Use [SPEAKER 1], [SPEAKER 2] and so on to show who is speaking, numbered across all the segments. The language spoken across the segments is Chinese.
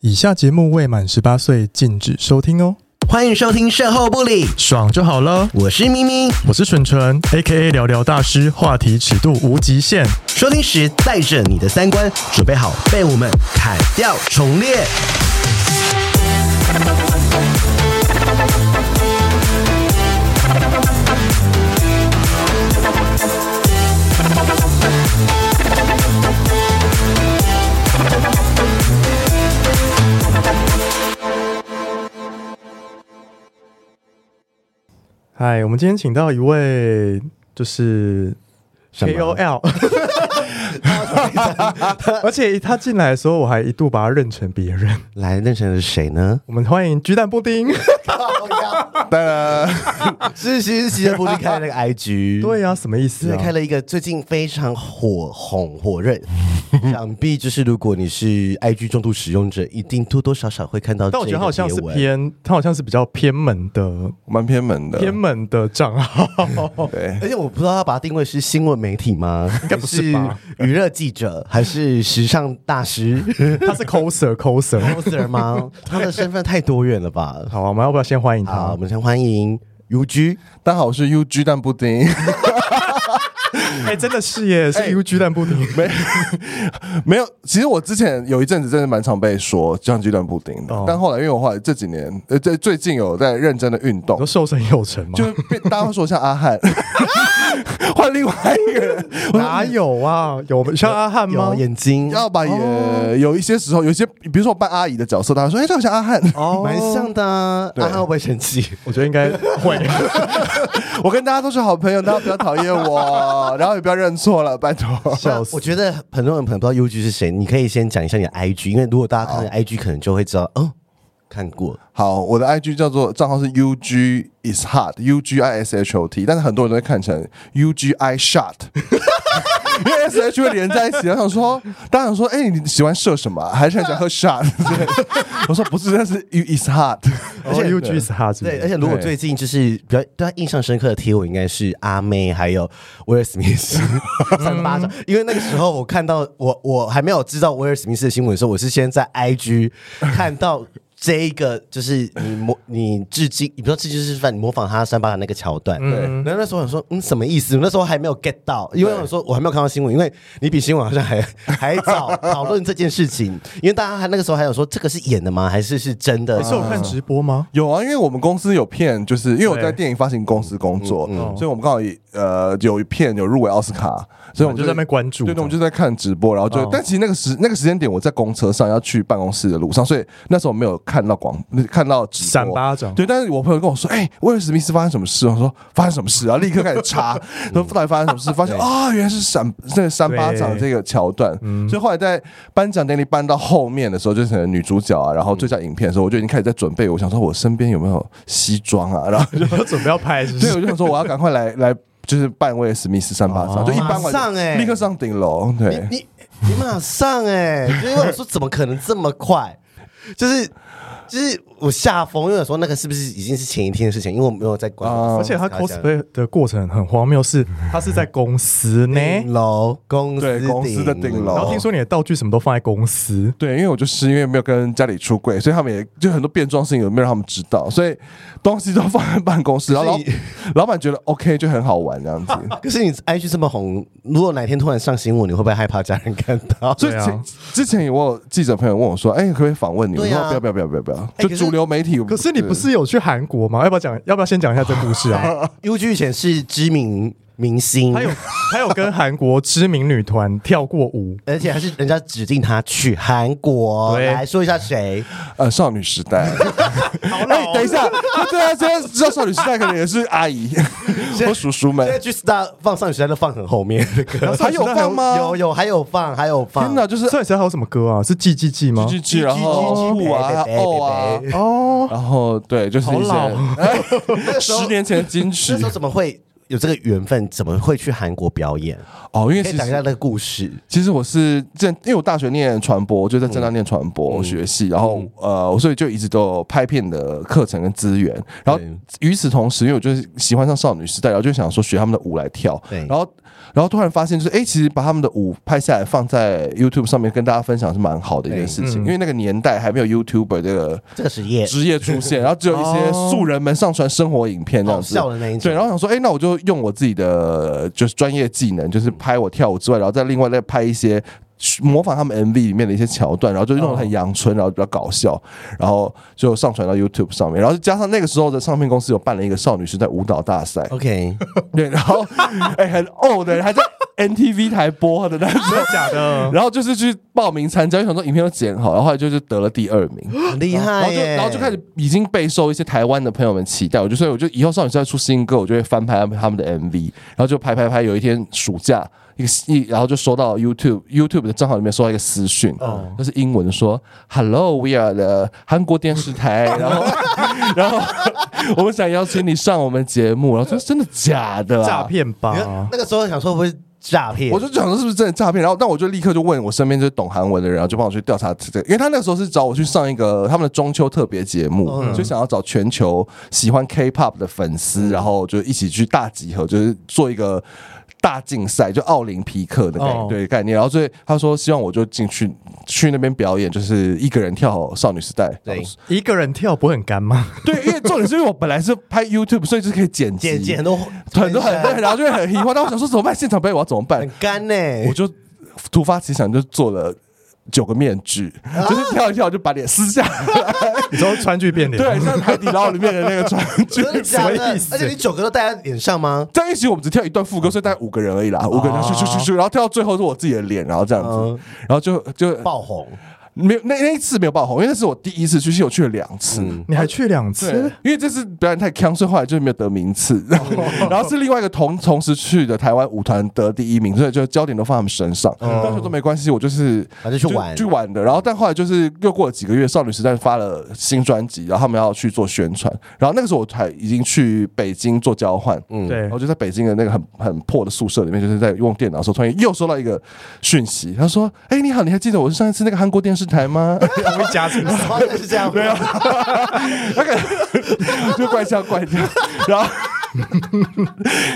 [SPEAKER 1] 以下节目未满十八岁禁止收听哦，
[SPEAKER 2] 欢迎收听《售后不理》，
[SPEAKER 1] 爽就好了。
[SPEAKER 2] 我是咪咪。
[SPEAKER 1] 我是纯纯，A K A 聊聊大师，话题尺度无极限。
[SPEAKER 2] 收听时带着你的三观，准备好被我们砍掉重练。
[SPEAKER 1] 嗨，我们今天请到一位就是
[SPEAKER 2] 什么
[SPEAKER 1] K O L，而且他进来的时候，我还一度把他认成别人。
[SPEAKER 2] 来，认成的是谁呢？
[SPEAKER 1] 我们欢迎鸡蛋布 丁。
[SPEAKER 2] 是是是，不是开了那个 IG，
[SPEAKER 1] 对呀、什么意思
[SPEAKER 2] 是开
[SPEAKER 1] 啊？
[SPEAKER 2] 了一个最近非常火红火热，想必就是如果你是 IG 重度使用者，一定多多少少会看到这
[SPEAKER 1] 但
[SPEAKER 2] 个呃
[SPEAKER 1] 我觉
[SPEAKER 2] 贴
[SPEAKER 1] 得他好
[SPEAKER 2] 文。
[SPEAKER 1] 像是偏，他好像是比较偏门的
[SPEAKER 3] 蛮偏门的，
[SPEAKER 1] 偏门的账 号。
[SPEAKER 3] 对，
[SPEAKER 2] 而且我不知道他把它定位是新闻媒体吗？应该
[SPEAKER 1] 不是吧？
[SPEAKER 2] 娱乐记者还是时尚大师
[SPEAKER 1] 他是 coser coser。
[SPEAKER 2] coser 吗？他的身份太多元了吧？
[SPEAKER 1] 好、啊，我们要不要先欢迎
[SPEAKER 2] 好，
[SPEAKER 1] 他
[SPEAKER 2] 我？们先欢迎 U G。
[SPEAKER 3] 大家好，我是 U G 蛋布丁，
[SPEAKER 1] 哎、真的是耶，是 U G 蛋布丁。
[SPEAKER 3] 没没有，其实我之前有一阵子真的蛮常被说像 G 蛋布丁的，
[SPEAKER 1] 哦
[SPEAKER 3] 但后来因为我后来这几年呃最最近有在认真的运动
[SPEAKER 1] 你说，瘦身有成吗？
[SPEAKER 3] 就被大家会说像阿汉，换另外一个人，我 说
[SPEAKER 1] 哪有啊？有像阿汉吗
[SPEAKER 2] 有？眼睛，
[SPEAKER 3] 要吧也有一些时候，有一些比如说我扮阿姨的角色，大家说哎，这好像阿汉，
[SPEAKER 1] 哦
[SPEAKER 2] 蛮像的啊。
[SPEAKER 3] 对
[SPEAKER 2] 阿汉会不会生 气？
[SPEAKER 1] 我觉得应该会。
[SPEAKER 3] 我跟大家都是好朋友，大家不要讨厌 我，然后也不要认错了，拜托。
[SPEAKER 1] 笑死
[SPEAKER 2] 我觉得很多人可能不知道 U G 是谁，你可以先讲一下你的 I G，因为如果大家看了 I G，可能就会知道哦，看过。
[SPEAKER 3] 好，我的 IG 叫做账号是 UG is hot U G I S H O T，但是很多人都会看成 U G I shot，因为 S H 会连在一起。我想说，大家想说，哎、你喜欢射什么啊、还是很喜欢喝 shot？我说不是，那是 U is hot。
[SPEAKER 1] 而且 U G 是他是不
[SPEAKER 2] 对，
[SPEAKER 1] 是
[SPEAKER 2] 而且如果最近就是比较对他啊印象深刻的贴文，应该是阿妹还有威尔史密 斯三巴掌，因为那个时候我看到我我还没有知道威尔史密斯的新闻的时候，我是先在 IG 看到。这一个就是你模你致敬，你不要致敬示范，你模仿他三巴掌那个桥段。嗯对，然后那时候我想说，嗯，什么意思？我那时候还没有 get 到，因为我说我还没有看到新闻，因为你比新闻好像还 还早讨论这件事情，因为大家还那个时候还有说这个是演的吗？还是是真的？
[SPEAKER 1] 你是有看直播吗？
[SPEAKER 3] 有啊，因为我们公司有片，就是因为我在
[SPEAKER 1] 对
[SPEAKER 3] 电影发行公司工作，
[SPEAKER 1] 嗯
[SPEAKER 3] 所以我们刚好也呃有一片有入围奥斯卡，所以我们
[SPEAKER 1] 哦就在那边关注
[SPEAKER 3] 对，对我们就在看直播，然后就，
[SPEAKER 1] 哦
[SPEAKER 3] 但其实那个时那个时间点，我在公车上要去办公室的路上，所以那时候没有看到广看到直播。
[SPEAKER 1] 闪巴掌
[SPEAKER 3] 对，但是我朋友跟我说，哎、威尔史密斯发生什么事？我说发生什么事啊？立刻开始查，
[SPEAKER 2] 嗯
[SPEAKER 3] 说到底发生什么事？发现啊、原来是闪这个扇巴掌这个桥段。所以后来在颁奖典礼颁到后面的时候，就是可能女主角啊，
[SPEAKER 2] 嗯
[SPEAKER 3] 然后最佳影片的时候，我就已经开始在准备，我想说我身边有没有西装 啊？然后就
[SPEAKER 1] 就准备 要拍是不
[SPEAKER 3] 对，
[SPEAKER 1] 是？
[SPEAKER 3] 我就想说我要赶快来来。就是扮威尔史密斯三巴掌，
[SPEAKER 1] 哦
[SPEAKER 3] 就一搬完
[SPEAKER 2] 马上欸
[SPEAKER 3] 立刻上顶楼。对，
[SPEAKER 2] 你你你马上哎、就因为我说怎么可能这么快？就是就是我吓疯，因为我说那个是不是已经是前一天的事情？因为我没有在管。
[SPEAKER 3] 啊
[SPEAKER 1] 而且他
[SPEAKER 2] 哦
[SPEAKER 1] cosplay 的过程很荒谬，是他是在公司呢，
[SPEAKER 2] 顶楼公司
[SPEAKER 3] 对公司的顶楼
[SPEAKER 1] 然后听说你的道具什么都放在公司，
[SPEAKER 3] 对，因为我就是因为没有跟家里出柜，所以他们也就很多变装事情有没有让他们知道，所以东西都放在办公室，然后
[SPEAKER 2] 所以
[SPEAKER 3] 老老板觉得 OK 就很好玩这样子。
[SPEAKER 2] 可是你 IG 这么红，如果哪天突然上新闻，你会不会害怕家人看 到？
[SPEAKER 3] 所以
[SPEAKER 1] 对啊
[SPEAKER 3] 前之前我有记者朋友问我说：“哎、可不可以访问你？”我
[SPEAKER 2] 对
[SPEAKER 3] 说
[SPEAKER 2] 啊：“
[SPEAKER 3] 不要不要不要不要不要！”
[SPEAKER 2] 哎可
[SPEAKER 3] 就是主流媒体。
[SPEAKER 1] 可是你不是有去韩国吗？要不要讲？要不要先讲一下这故事啊？
[SPEAKER 2] U G 以前是知名明星，
[SPEAKER 1] 他有他有跟韩国知名女团跳过舞，
[SPEAKER 2] 而且还是人家指定他去韩国。
[SPEAKER 1] 对
[SPEAKER 2] 来说一下谁？
[SPEAKER 3] 呃少女时代。
[SPEAKER 1] 好
[SPEAKER 3] 哎、等一下，对啊，现在知道少女时代可能也是阿姨或叔叔们
[SPEAKER 2] 现在。去 Star 放上学在都放很后面的歌，
[SPEAKER 3] 还有放吗？
[SPEAKER 2] 有有还有放还有放。
[SPEAKER 3] 天哪，就是
[SPEAKER 1] 这里时还有什么歌啊？是 G G G 吗？
[SPEAKER 3] G G，然后
[SPEAKER 2] 鸡
[SPEAKER 3] 不
[SPEAKER 2] 北
[SPEAKER 3] 啊
[SPEAKER 2] 北
[SPEAKER 3] 哦啊
[SPEAKER 2] 北，北
[SPEAKER 1] 哦，
[SPEAKER 3] 然后对，就是一些
[SPEAKER 1] 好老
[SPEAKER 3] 哎十年前的金
[SPEAKER 2] 那
[SPEAKER 3] 曲
[SPEAKER 2] 时候。怎么会有这个缘分，怎么会去韩国表演？
[SPEAKER 3] 哦，因为
[SPEAKER 2] 可以
[SPEAKER 3] 其
[SPEAKER 2] 讲一下
[SPEAKER 3] 实
[SPEAKER 2] 那个故事。
[SPEAKER 3] 其实我是正，因为我大学念传播，就在
[SPEAKER 2] 嗯
[SPEAKER 3] 正大念传播学系，然后呃，所以就一直都有拍片的课程跟资源。然后
[SPEAKER 2] 对
[SPEAKER 3] 与此同时，因为我就是喜欢上少女时代，然后就想说学他们的舞来跳，
[SPEAKER 2] 对
[SPEAKER 3] 然后然后突然发现就是，哎，其实把他们的舞拍下来放在 YouTube 上面跟大家分享是蛮好的一件事
[SPEAKER 2] 嗯
[SPEAKER 3] 情，因为那个年代还没有 YouTuber 这个
[SPEAKER 2] 这个职业
[SPEAKER 3] 职业出现，然后只有一些素人们上传生活影片这样子
[SPEAKER 2] 哦好笑的那一种
[SPEAKER 3] 对，然后想说，哎、那我就用我自己的就是专业技能，就是拍我跳舞之外，然后再另外再拍一些模仿他们 MV 里面的一些桥段，然后就弄得很阳春，然后比较搞笑，然后就上传到 YouTube 上面，然后加上那个时候的唱片公司有办了一个少女时代舞蹈大赛，
[SPEAKER 2] OK，
[SPEAKER 3] 对，然后哎、很 old 的人还在 NTV 台播的那种。
[SPEAKER 1] 真的假的？
[SPEAKER 3] 然后就是去报名参加，因为想说影片都剪好，然后后来就是得了第二名，
[SPEAKER 2] 很厉
[SPEAKER 3] 然
[SPEAKER 2] 害
[SPEAKER 3] 后就
[SPEAKER 2] 耶！
[SPEAKER 3] 然后就开始已经备受一些台湾的朋友们期待，我就所以我就以后少女时代出新歌，我就会翻拍他们的 MV，然后就拍拍拍。有一天暑假一个一，然后就收到 YouTube YouTube 的账号里面收到一个私讯，就是英文说 “Hello，we are the 韩国电视台”，然后然后我们想邀请你上我们节目，然后说真的假的、啊？
[SPEAKER 1] 诈骗
[SPEAKER 2] 你看
[SPEAKER 1] 吧？
[SPEAKER 2] 那个时候想说会不会是诈骗？
[SPEAKER 3] 我就想说是不是真的诈骗，然后但我就立刻就问我身边就是懂韩文的人，然后就帮我去调查这个，因为他那时候是找我去上一个他们的中秋特别节目，就想要找全球喜欢 K-pop 的粉丝，然后就一起去大集合，就是做一个。大竞赛就奥林匹克的概、
[SPEAKER 1] 哦
[SPEAKER 3] 对概念，然后所以他说希望我就进去去那边表演，就是一个人跳少女时代。
[SPEAKER 2] 对
[SPEAKER 1] 一个人跳不会很干 吗？
[SPEAKER 3] 对，因为重点是因为我本来是拍 YouTube，所以就是可以剪辑
[SPEAKER 2] 姐姐很多
[SPEAKER 3] 很多很多，然后就会很疑惑。但我想说怎么办？现场表演我要怎么办
[SPEAKER 2] 很？干呢。
[SPEAKER 3] 我就突发奇想，就做了九个面具，
[SPEAKER 2] 啊
[SPEAKER 3] 就是跳一跳就把脸撕下来，
[SPEAKER 1] 你说川剧变脸？
[SPEAKER 3] 对，啊像海底捞里面的那个川剧。
[SPEAKER 2] 真的假
[SPEAKER 1] 什么
[SPEAKER 2] 的
[SPEAKER 1] 意？思
[SPEAKER 2] 而且你九个都戴在脸上吗？
[SPEAKER 3] 在一起我们只跳一段副歌，所以大概五个人而已啦，五个人，然后咻咻咻咻，然后跳到最后是我自己的脸，然后这样
[SPEAKER 2] 嗯
[SPEAKER 3] 子，然后就就
[SPEAKER 2] 爆红，
[SPEAKER 3] 没有那那一次没有爆红，因为那是我第一次去，其实我去了两次。
[SPEAKER 1] 你还去两
[SPEAKER 3] 对
[SPEAKER 1] 次？，
[SPEAKER 3] 因为这次表演太强，所以后来就没有得名次。然后，
[SPEAKER 2] 哦
[SPEAKER 3] 然后是另外一个同同时去的台湾舞团得第一名，所以就焦点都放他们身上。
[SPEAKER 2] 哦
[SPEAKER 3] 但是我都没关系，我就是
[SPEAKER 2] 反正去玩
[SPEAKER 3] 去玩的。然后，但后来就是又过了几个月，少女时代发了新专辑，然后他们要去做宣传。然后那个时候我才已经去北京做交换，嗯，
[SPEAKER 1] 对
[SPEAKER 3] 然后就在北京的那个很很破的宿舍里面，就是在用电脑的时候，突然又收到一个讯息，他说：“哎、你好，你还记得我是上一次那个韩国电视台吗？”
[SPEAKER 1] 还会加 进
[SPEAKER 2] 好像哦是这样。对啊，
[SPEAKER 3] 那个就怪腔怪调，然后。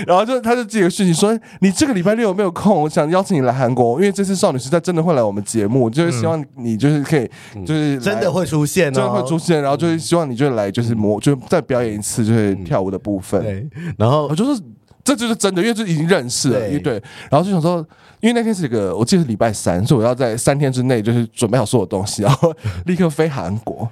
[SPEAKER 3] 然后就他就寄个讯息说：“哎你这个礼拜六有没有空？我想邀请你来韩国，因为这次少女时代真的会来我们节目，就是希望你就是可以，就是来
[SPEAKER 2] 真的会出现哦，
[SPEAKER 3] 真的会出现，然后就是希望你就来就是模，就再表演一次就是跳舞的部分。
[SPEAKER 2] 对，然后
[SPEAKER 3] 我就是这就是真的，因为就已经认识了，
[SPEAKER 2] 对
[SPEAKER 3] 因为对，然后就想说，因为那天是一个我记得是礼拜三，所以我要在三天之内就是准备好所有东西，然后立刻飞韩 国，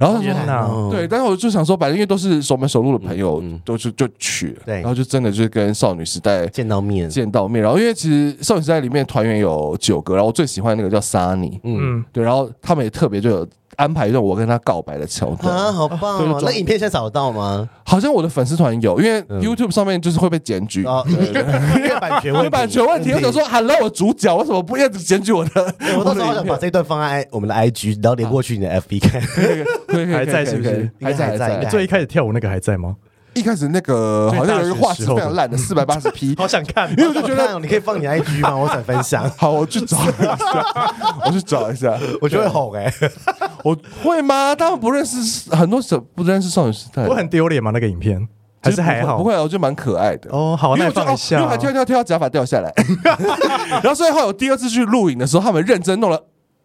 [SPEAKER 3] 然后就
[SPEAKER 1] 天哪
[SPEAKER 2] 嗯
[SPEAKER 3] 对，但是我就想说，反正因为都是熟门熟路的朋友，都是就去了，
[SPEAKER 2] 对
[SPEAKER 3] 然后就真的就是跟少女时代
[SPEAKER 2] 见到面，
[SPEAKER 3] 见到面，然后因为其实少女时代里面团员有九个，然后我最喜欢那个叫 Sunny，
[SPEAKER 1] 嗯，
[SPEAKER 3] 对，然后他们也特别就有安排一段我跟他告白的桥段，
[SPEAKER 2] 啊，好棒
[SPEAKER 3] 对就
[SPEAKER 2] 哦！
[SPEAKER 3] 装
[SPEAKER 2] 那影片现在找得到吗？
[SPEAKER 3] 好像我的粉丝团有，因为
[SPEAKER 1] 嗯
[SPEAKER 3] YouTube 上面就是会被检举，
[SPEAKER 2] 啊，因为版权问
[SPEAKER 3] 我
[SPEAKER 2] 题，
[SPEAKER 3] 有版权问题，我想说 Hello，我主角为什么不一直检举我啊的？
[SPEAKER 2] 对，我到时候好想把这一段放在 I- 我们的 IG，然后连过去你的 FB 看。
[SPEAKER 3] 还
[SPEAKER 1] 还在是不是
[SPEAKER 2] 应该
[SPEAKER 3] 还在
[SPEAKER 2] 还在
[SPEAKER 3] 还
[SPEAKER 2] 应
[SPEAKER 3] 在
[SPEAKER 2] 该。
[SPEAKER 1] 最一开始跳舞那个还在吗？
[SPEAKER 3] 一开始那个好像有一个画质非常烂的四百八 十 P，
[SPEAKER 1] 好想 看，
[SPEAKER 3] 因为我就觉
[SPEAKER 2] 看哦
[SPEAKER 3] 得，
[SPEAKER 2] 你可以放你的 IG 吗？我想分享
[SPEAKER 3] 好，我去找一下，我去找一下，
[SPEAKER 2] 我就会红哎。
[SPEAKER 3] 我会吗？他们不认识很多少不认识少女时代，
[SPEAKER 1] 我很丢脸吗？那个影片还
[SPEAKER 3] 其实
[SPEAKER 1] 是还好？
[SPEAKER 3] 不会，啊，我觉得蛮可爱的。
[SPEAKER 1] 哦，好，
[SPEAKER 3] 因
[SPEAKER 1] 那你
[SPEAKER 3] 为我就
[SPEAKER 1] 放一
[SPEAKER 3] 哦
[SPEAKER 1] 下
[SPEAKER 3] 因为我还跳跳跳到假发掉下来， 然后所以后来我第二次去录影的时候，他们认真弄了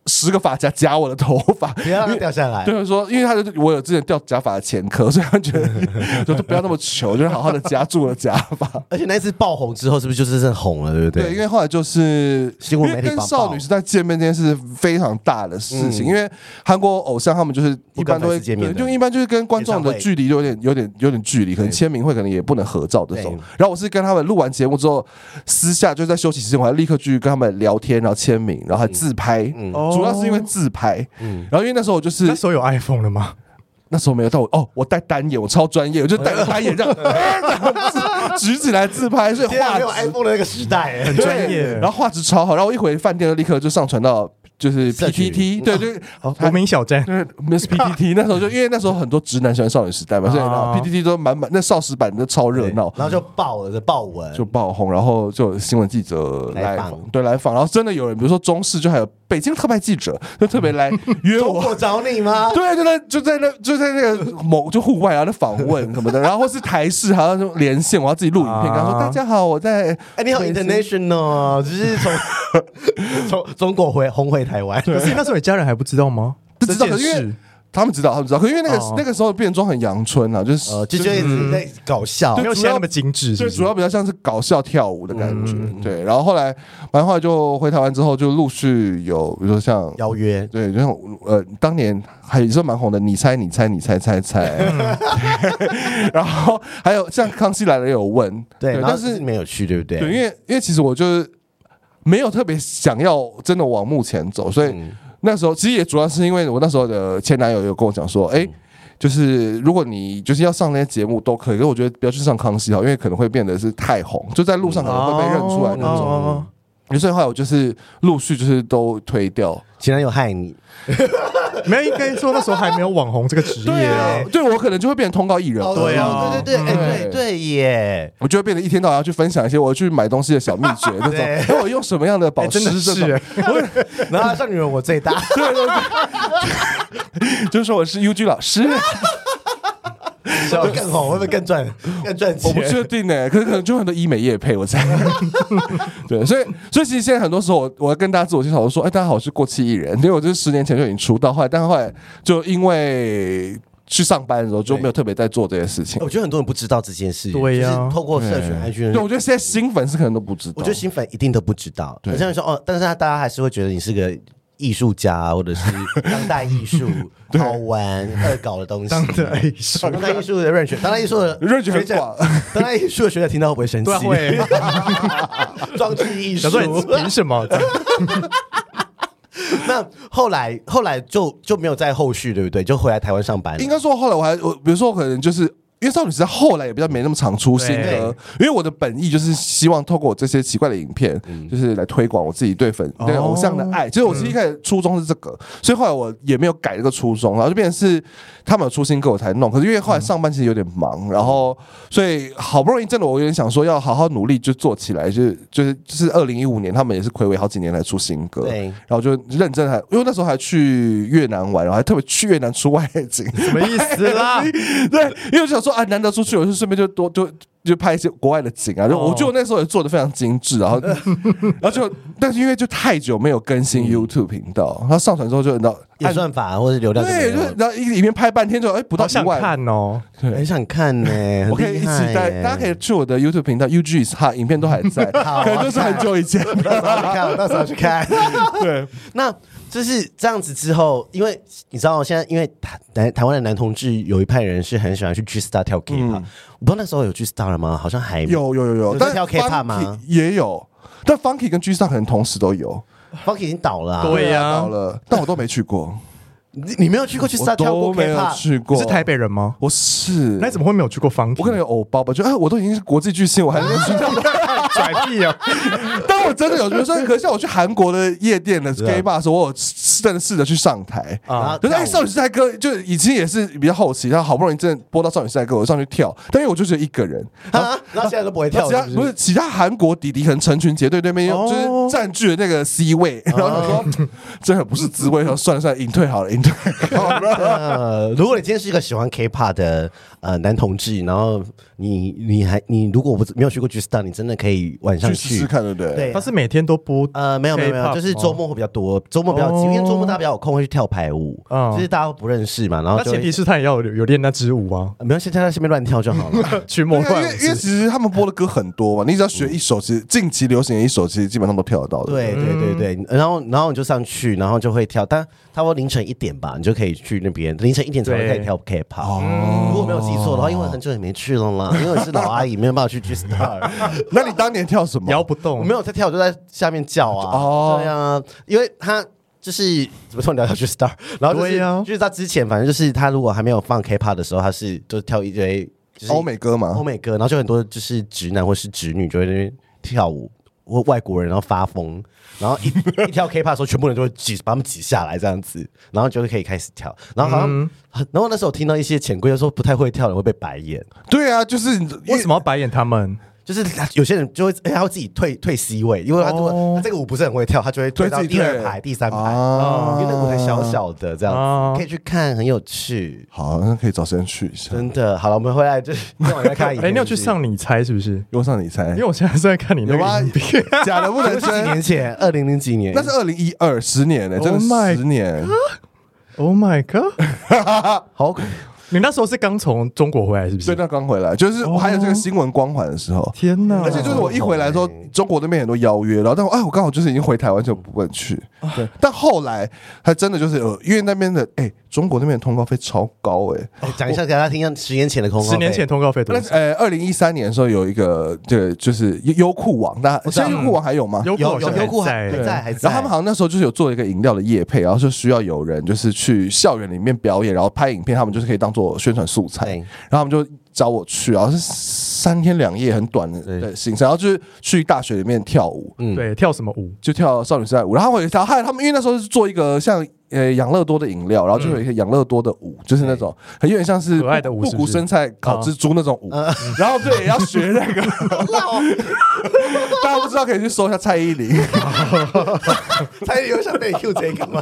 [SPEAKER 3] 十个发夹夹我的头发，
[SPEAKER 2] 不要让它掉下来。
[SPEAKER 3] 对，说因为他就我有之前掉假发的前科，所以他觉得 就是不要那么糗，就是好好的夹住了假发。
[SPEAKER 2] 而且那一次爆红之后，是不是就是真的红了？对不
[SPEAKER 3] 对，
[SPEAKER 2] 对
[SPEAKER 3] 因？为后来就是
[SPEAKER 2] 新闻媒体
[SPEAKER 3] 因为跟
[SPEAKER 2] 报嗯
[SPEAKER 3] 少女时代见面这件事非常大的事情，因为韩国偶像他们就是一般
[SPEAKER 2] 不跟
[SPEAKER 3] 都会
[SPEAKER 2] 粉丝见面
[SPEAKER 3] 对
[SPEAKER 2] 的
[SPEAKER 3] 就一般就是跟观众的
[SPEAKER 2] 演唱会
[SPEAKER 3] 距离有点有点有点距离，可能签名会可能也不能合照这种
[SPEAKER 2] 对。
[SPEAKER 3] 然后我是跟他们录完节目之后，私下就在休息时间，我还立刻去跟他们聊天，然后签名，然后
[SPEAKER 2] 嗯
[SPEAKER 3] 还自拍，
[SPEAKER 1] 哦
[SPEAKER 3] 主要是因为自拍。然后因为那时候我就是
[SPEAKER 1] 那时候有 iPhone 了吗？
[SPEAKER 3] 那时候没有，但我哦，我戴单眼，我超专业，我就戴个单眼这 样，这样举起来自拍，所以
[SPEAKER 2] 天啊，
[SPEAKER 3] 画
[SPEAKER 2] 没有
[SPEAKER 3] 质
[SPEAKER 2] iPhone 的那个时代哎。
[SPEAKER 1] 很专业
[SPEAKER 3] 对然后画质超好，然后我一回饭店就立刻就上传到就是
[SPEAKER 2] 社群
[SPEAKER 3] PTT，对对，
[SPEAKER 1] 哦国民小站，
[SPEAKER 3] 哦对 Miss PTT 那时候就因为那时候很多直男喜欢少女时代嘛，所以然后
[SPEAKER 1] 啊
[SPEAKER 3] PTT 都满满那少时版都超热闹，
[SPEAKER 2] 然后就爆了，就爆文，
[SPEAKER 3] 就爆红，然后就有新闻记者来
[SPEAKER 2] 来
[SPEAKER 3] 访
[SPEAKER 2] 访，
[SPEAKER 3] 对来访，然后真的有人，比如说中视就还有北京特派记者就特别来约
[SPEAKER 2] 中
[SPEAKER 3] 我。
[SPEAKER 2] 国找你吗？
[SPEAKER 3] 啊对，就在就在那就在那个某就户外然后在访问什么的，然后或是台视好像就连线，我要自己录影片，跟他说
[SPEAKER 1] 啊
[SPEAKER 3] 大家好，我在
[SPEAKER 2] 哎，你好
[SPEAKER 3] 北京
[SPEAKER 2] international，哦就是从 从中国回红回台湾，
[SPEAKER 1] 可是那时候你家人还不知道吗？
[SPEAKER 3] 不知道
[SPEAKER 1] 这件
[SPEAKER 3] 因为
[SPEAKER 1] 事
[SPEAKER 3] 他们知道他们知道，可因为那个、
[SPEAKER 1] 哦
[SPEAKER 3] 那个时候变装很阳春啊，就 是
[SPEAKER 2] 呃，就觉得一直在搞笑
[SPEAKER 3] 对，
[SPEAKER 1] 哦没有现在那么精致，是不
[SPEAKER 3] 所以
[SPEAKER 1] 是
[SPEAKER 3] 主要比较像是搞笑跳舞的感觉，对。然后后来，反正后来就回台湾之后，就陆续有，比如说像，
[SPEAKER 2] 邀约，
[SPEAKER 3] 对，就像呃，当年还也是蛮红的，你猜你猜你猜猜猜， 对然后还有像康熙来了也有问，
[SPEAKER 2] 对，然后
[SPEAKER 3] 但
[SPEAKER 2] 是
[SPEAKER 3] 是
[SPEAKER 2] 没有去，对不对？
[SPEAKER 3] 对，因为因为其实我就是没有特别想要真的往幕前走，所以
[SPEAKER 1] 嗯
[SPEAKER 3] 那时候其实也主要是因为我那时候的前男友有跟我讲说，哎、
[SPEAKER 1] 嗯
[SPEAKER 3] 就是如果你就是要上那些节目都可以，可是我觉得不要去上康熙好，因为可能会变得是太红，就在路上可能会被认出来那种。嗯
[SPEAKER 1] 哦
[SPEAKER 3] 所以后来我就是陆续就是都推掉。
[SPEAKER 2] 前男友害你，
[SPEAKER 1] 哦没有，应该说那时候还没有网红这个职业啊。
[SPEAKER 3] 对我可能就会变成通告艺人。
[SPEAKER 1] 对啊
[SPEAKER 2] 对对对，哎，
[SPEAKER 3] 哦对
[SPEAKER 2] 对对耶，
[SPEAKER 3] 我就会变得一天到晚要去分享一些我去买东西的小秘诀 那种，
[SPEAKER 2] 对
[SPEAKER 3] 哎我用什么样的保
[SPEAKER 1] 哎
[SPEAKER 3] 湿
[SPEAKER 1] 真的
[SPEAKER 3] 这种，
[SPEAKER 1] 是哎
[SPEAKER 2] 然后像女人我最大，
[SPEAKER 3] 对对对，就是说我是 UG 老师，
[SPEAKER 2] 会更红，会不会更赚更赚
[SPEAKER 3] 我不
[SPEAKER 2] 钱？
[SPEAKER 3] 确定呢、可是可能就很多医美业配，我 猜。对，所以所以其实现在很多时候我我跟大家自我介绍，我说哎大家好，我是过气艺人，因为我就是十年前就已经出道，后来但后来就因为去上班的时候就没有特别在做这些事情。
[SPEAKER 2] 我觉得很多人不知道这件事，
[SPEAKER 1] 对呀
[SPEAKER 2] 就是透过社群 IG，
[SPEAKER 3] 对，我觉得现在新粉丝可能都不知道。
[SPEAKER 2] 我觉得新粉一定都不知道。我这样说哦，但是他大家还是会觉得你是个艺术家，啊或者 是当代艺术好玩、恶搞的东西。哦
[SPEAKER 1] 当代艺术
[SPEAKER 2] 当代艺术的 range，当代艺术的
[SPEAKER 3] range 很
[SPEAKER 2] 学长当代艺术的学者听到会不会生气
[SPEAKER 1] 对啊，？会
[SPEAKER 3] 啊
[SPEAKER 2] 装置艺术
[SPEAKER 1] 想。说你凭什 么？
[SPEAKER 2] 那后来后来就就没有在后续，对不对？就回来台湾上班了。
[SPEAKER 3] 应该说后来我还我比如说我可能就是。因为少女时代后来也比较没那么常出新
[SPEAKER 1] 对
[SPEAKER 3] 歌，因为我的本意就是希望透过我这些奇怪的影片，就是来推广我自己对粉对偶像的爱。其实我是一开始初衷是这个，所以后来我也没有改这个初衷，然后就变成是他们有出新歌我才弄。可是因为后来上班其实有点忙，然后所以好不容易真的我有点想说要好好努力就做起来，就是就是就是二零一五年他们也是暌违好几年来出新歌，
[SPEAKER 2] 对
[SPEAKER 3] 然后就认真还因为那时候还去越南玩，然后还特别去越南出外景，
[SPEAKER 1] 什么意思啦？
[SPEAKER 3] 对，因为我想说啊，难得出去，我就顺便就多就就拍一些国外的景啊。就
[SPEAKER 1] 哦
[SPEAKER 3] 我觉得我那时候也做的非常精致，啊然后 然后就但是因为就太久没有更
[SPEAKER 2] 嗯
[SPEAKER 3] 新 YouTube 频道，然后上传之后就到
[SPEAKER 2] 演算法啊或者流量就没
[SPEAKER 3] 对，
[SPEAKER 2] 有
[SPEAKER 3] 就
[SPEAKER 2] 了
[SPEAKER 3] 然后一里面拍半天就哎不到
[SPEAKER 1] 好
[SPEAKER 3] 一
[SPEAKER 1] 想
[SPEAKER 3] 万。
[SPEAKER 1] 看哦。
[SPEAKER 2] 很想看 呢，很
[SPEAKER 3] 我可以一
[SPEAKER 2] 厉
[SPEAKER 3] 起
[SPEAKER 2] 害
[SPEAKER 3] 带，
[SPEAKER 2] 耶
[SPEAKER 3] 大家可以去我的 YouTube 频道 UG's 哈，影片都还在，
[SPEAKER 2] 好啊
[SPEAKER 3] 可能都是很久以前。
[SPEAKER 2] 到时候去看，我到时候去看。
[SPEAKER 3] 对，
[SPEAKER 2] 那就是这样子之后，因为你知道哦现在，因为台台台湾的男同志有一派人是很喜欢去 G Star 跳 K 吧、我不知道那时候有 G Star 了吗？好像还没
[SPEAKER 3] 嗯有有有有，
[SPEAKER 2] 有
[SPEAKER 3] 但
[SPEAKER 2] 跳 K-pop 吗
[SPEAKER 3] Funky 也有，但 Funky 跟 G Star 可能同时都有。
[SPEAKER 2] ，Funky 已经倒了、啊。
[SPEAKER 1] 对呀
[SPEAKER 3] 到，了，但我都没去过，
[SPEAKER 2] 你你没有去过 G
[SPEAKER 3] 我
[SPEAKER 2] Star 跳
[SPEAKER 3] 都
[SPEAKER 2] 过
[SPEAKER 3] 没
[SPEAKER 2] K
[SPEAKER 3] 有
[SPEAKER 2] pop？
[SPEAKER 3] 去
[SPEAKER 1] 你
[SPEAKER 3] 过。
[SPEAKER 1] 是台北人吗？
[SPEAKER 3] 我是，
[SPEAKER 1] 那你怎么会没有去过方？
[SPEAKER 3] 我可能有偶包吧，就哎，我都已经是国际巨星，我还能去 到。
[SPEAKER 1] 拽屁啊！
[SPEAKER 3] 但我真的有，比如说，可是像我去韩国的夜店的
[SPEAKER 2] 啊
[SPEAKER 3] gay bar 的时候，我有试真的试着去上台。
[SPEAKER 2] 然后
[SPEAKER 3] 可是哎，
[SPEAKER 2] 啊跳
[SPEAKER 3] 少
[SPEAKER 2] 舞
[SPEAKER 3] 女时代歌就已经也是比较后期，然后好不容易真的播到少女时代歌，我上去跳，但因为我就只有一个人，
[SPEAKER 2] 啊，然后现在都不会
[SPEAKER 3] 然
[SPEAKER 2] 跳
[SPEAKER 3] 后其他
[SPEAKER 2] 了，是不
[SPEAKER 3] 不
[SPEAKER 2] 是哦
[SPEAKER 3] 是其他韩国弟弟可能成群结队对面用就是占据了那个 C 位，然后我说 这很不是滋味，然后算了算了，隐退好了，隐退好 了。
[SPEAKER 2] 呃，如果你今天是一个喜欢 K-pop 的呃男同志，然后你你还你如果不没有去过 G Star，你真的可以晚上
[SPEAKER 3] 去
[SPEAKER 2] 去
[SPEAKER 3] 试试看，对不对？
[SPEAKER 2] 对
[SPEAKER 1] 他是每天都播
[SPEAKER 2] 呃，没有没有没有，
[SPEAKER 1] K-pop
[SPEAKER 2] 就是周末会比较多，周末比较，
[SPEAKER 1] 哦
[SPEAKER 2] 因为周末大家比较有空会去跳排舞，
[SPEAKER 1] 嗯
[SPEAKER 2] 就是大家不认识嘛，然后
[SPEAKER 1] 那
[SPEAKER 2] 就会
[SPEAKER 1] 前提是他也要有有练那支舞啊，
[SPEAKER 2] 呃没有先在他下面乱跳就好 了。
[SPEAKER 1] 群魔
[SPEAKER 3] 对啊
[SPEAKER 1] 乱
[SPEAKER 3] 因
[SPEAKER 1] 舞
[SPEAKER 3] 为因为
[SPEAKER 1] 是
[SPEAKER 3] 其实他们播的歌很多嘛，你只要学一首，其实近期流行的一首，其实基本上都跳得到的。
[SPEAKER 2] 对对对
[SPEAKER 1] 嗯
[SPEAKER 2] 对，然后然后你就上去，然后就会跳，但差不多凌晨一点吧，你就可以去那边，凌晨一点才会
[SPEAKER 1] 对哦
[SPEAKER 2] 开始跳 K-pop。如果没有记错的话，因为很久也没去了啦，因为我是老阿姨，没有办法去 G Star。
[SPEAKER 3] 那你当年跳什么？
[SPEAKER 1] 摇不
[SPEAKER 2] 我
[SPEAKER 1] 动
[SPEAKER 2] 没。有在跳，我就在下面叫啊。
[SPEAKER 3] 哦
[SPEAKER 2] 哦，对啊，因为他就是怎么说聊下去 star，然后就是
[SPEAKER 1] 对啊
[SPEAKER 2] 就是他之前反正就是他如果还没有放 K-pop 的时候，他是就是跳一堆就是
[SPEAKER 3] 欧美歌嘛啊
[SPEAKER 2] 欧。美歌，然后就很多就是直男或是直女就会在那边跳舞。或外国人，然后发疯，然后一 一跳 K-pop 的时候，全部人就会挤把他们挤下来这样子，然后就是可以开始跳。然后好像，然后那时候我听到一些潜规则说不太会跳的人会被白眼，
[SPEAKER 3] 对啊，就是你
[SPEAKER 1] 为什么要白眼他们？
[SPEAKER 2] 就是他有些人就会，哎、他会自己退退 C 位，因为他如果、他这个舞不是很会跳，他就会退
[SPEAKER 3] 哦对
[SPEAKER 2] 到
[SPEAKER 3] 自己
[SPEAKER 2] 第二
[SPEAKER 3] 退
[SPEAKER 2] 排、第三排，哦
[SPEAKER 3] 啊
[SPEAKER 2] 因为那个舞台小小的这样子，
[SPEAKER 1] 哦
[SPEAKER 2] 可以去看，很有趣。
[SPEAKER 3] 好，那可以找时间去一下。
[SPEAKER 2] 真的，好了，我们回来 就是让我来看影
[SPEAKER 1] 哎，
[SPEAKER 2] 片。
[SPEAKER 1] 你有去上你猜是不是？
[SPEAKER 3] 用上你猜
[SPEAKER 1] 因为，我现在是在看你那
[SPEAKER 3] 有吗
[SPEAKER 1] 个影片，？
[SPEAKER 3] 假的不能
[SPEAKER 2] 几
[SPEAKER 3] 真
[SPEAKER 2] 年，前，二零零几年，
[SPEAKER 3] 那是二零一二，十年欸呢，真
[SPEAKER 1] Oh my
[SPEAKER 3] 的十年。
[SPEAKER 1] Oh my god！
[SPEAKER 2] 好可
[SPEAKER 1] 你那时候是刚从中国回来是不
[SPEAKER 3] 所以
[SPEAKER 1] 是？
[SPEAKER 3] 那刚回来，就是还有这个新闻光环的时候。
[SPEAKER 1] Oh 天啊 Oh 哪！
[SPEAKER 3] 而且就是我一回来之后，中国那边很多邀约，然后但我啊，我刚好就是已经回台湾，就不能去。
[SPEAKER 1] Oh
[SPEAKER 3] 对，但后来还真的就是有，因为那边的哎、中国那边的通告费超高哎、
[SPEAKER 2] 哎讲一下给大家听一下，十年前的空
[SPEAKER 1] 十年前通告费多
[SPEAKER 3] 那
[SPEAKER 1] 少？
[SPEAKER 3] 呃，二零一三年的时候有一个，对，就是优优酷网，那现在优酷网还有吗？
[SPEAKER 1] 优酷
[SPEAKER 2] 有
[SPEAKER 1] 好像
[SPEAKER 2] 有优酷还
[SPEAKER 1] 还
[SPEAKER 2] 还
[SPEAKER 1] 在
[SPEAKER 2] 在还在，
[SPEAKER 3] 然后他们好像那时候就是有做一个饮料的业配，然后是需要有人就是去校园里面表演，然后拍影片，他们就是可以当做宣传素材。
[SPEAKER 2] 对
[SPEAKER 3] 然后他们就找我去，然后是三天两夜很短的
[SPEAKER 2] 对
[SPEAKER 3] 的行程，然后就是去大学里面跳舞，
[SPEAKER 2] 嗯
[SPEAKER 1] 对，跳什么舞？
[SPEAKER 3] 就跳少女时代舞。然后我有一条，还有他们因为那时候是做一个像呃养乐多的饮料，然后就有一些养乐多的舞，就是那种很有点像是嗯
[SPEAKER 1] 可爱的舞
[SPEAKER 3] 布
[SPEAKER 1] 是
[SPEAKER 3] 谷
[SPEAKER 1] 不是
[SPEAKER 3] 生菜烤蜘蛛那种舞。然后对，要学那个， 大家不知道可以去搜一下蔡依林。
[SPEAKER 2] 才有想被 Q 这个吗？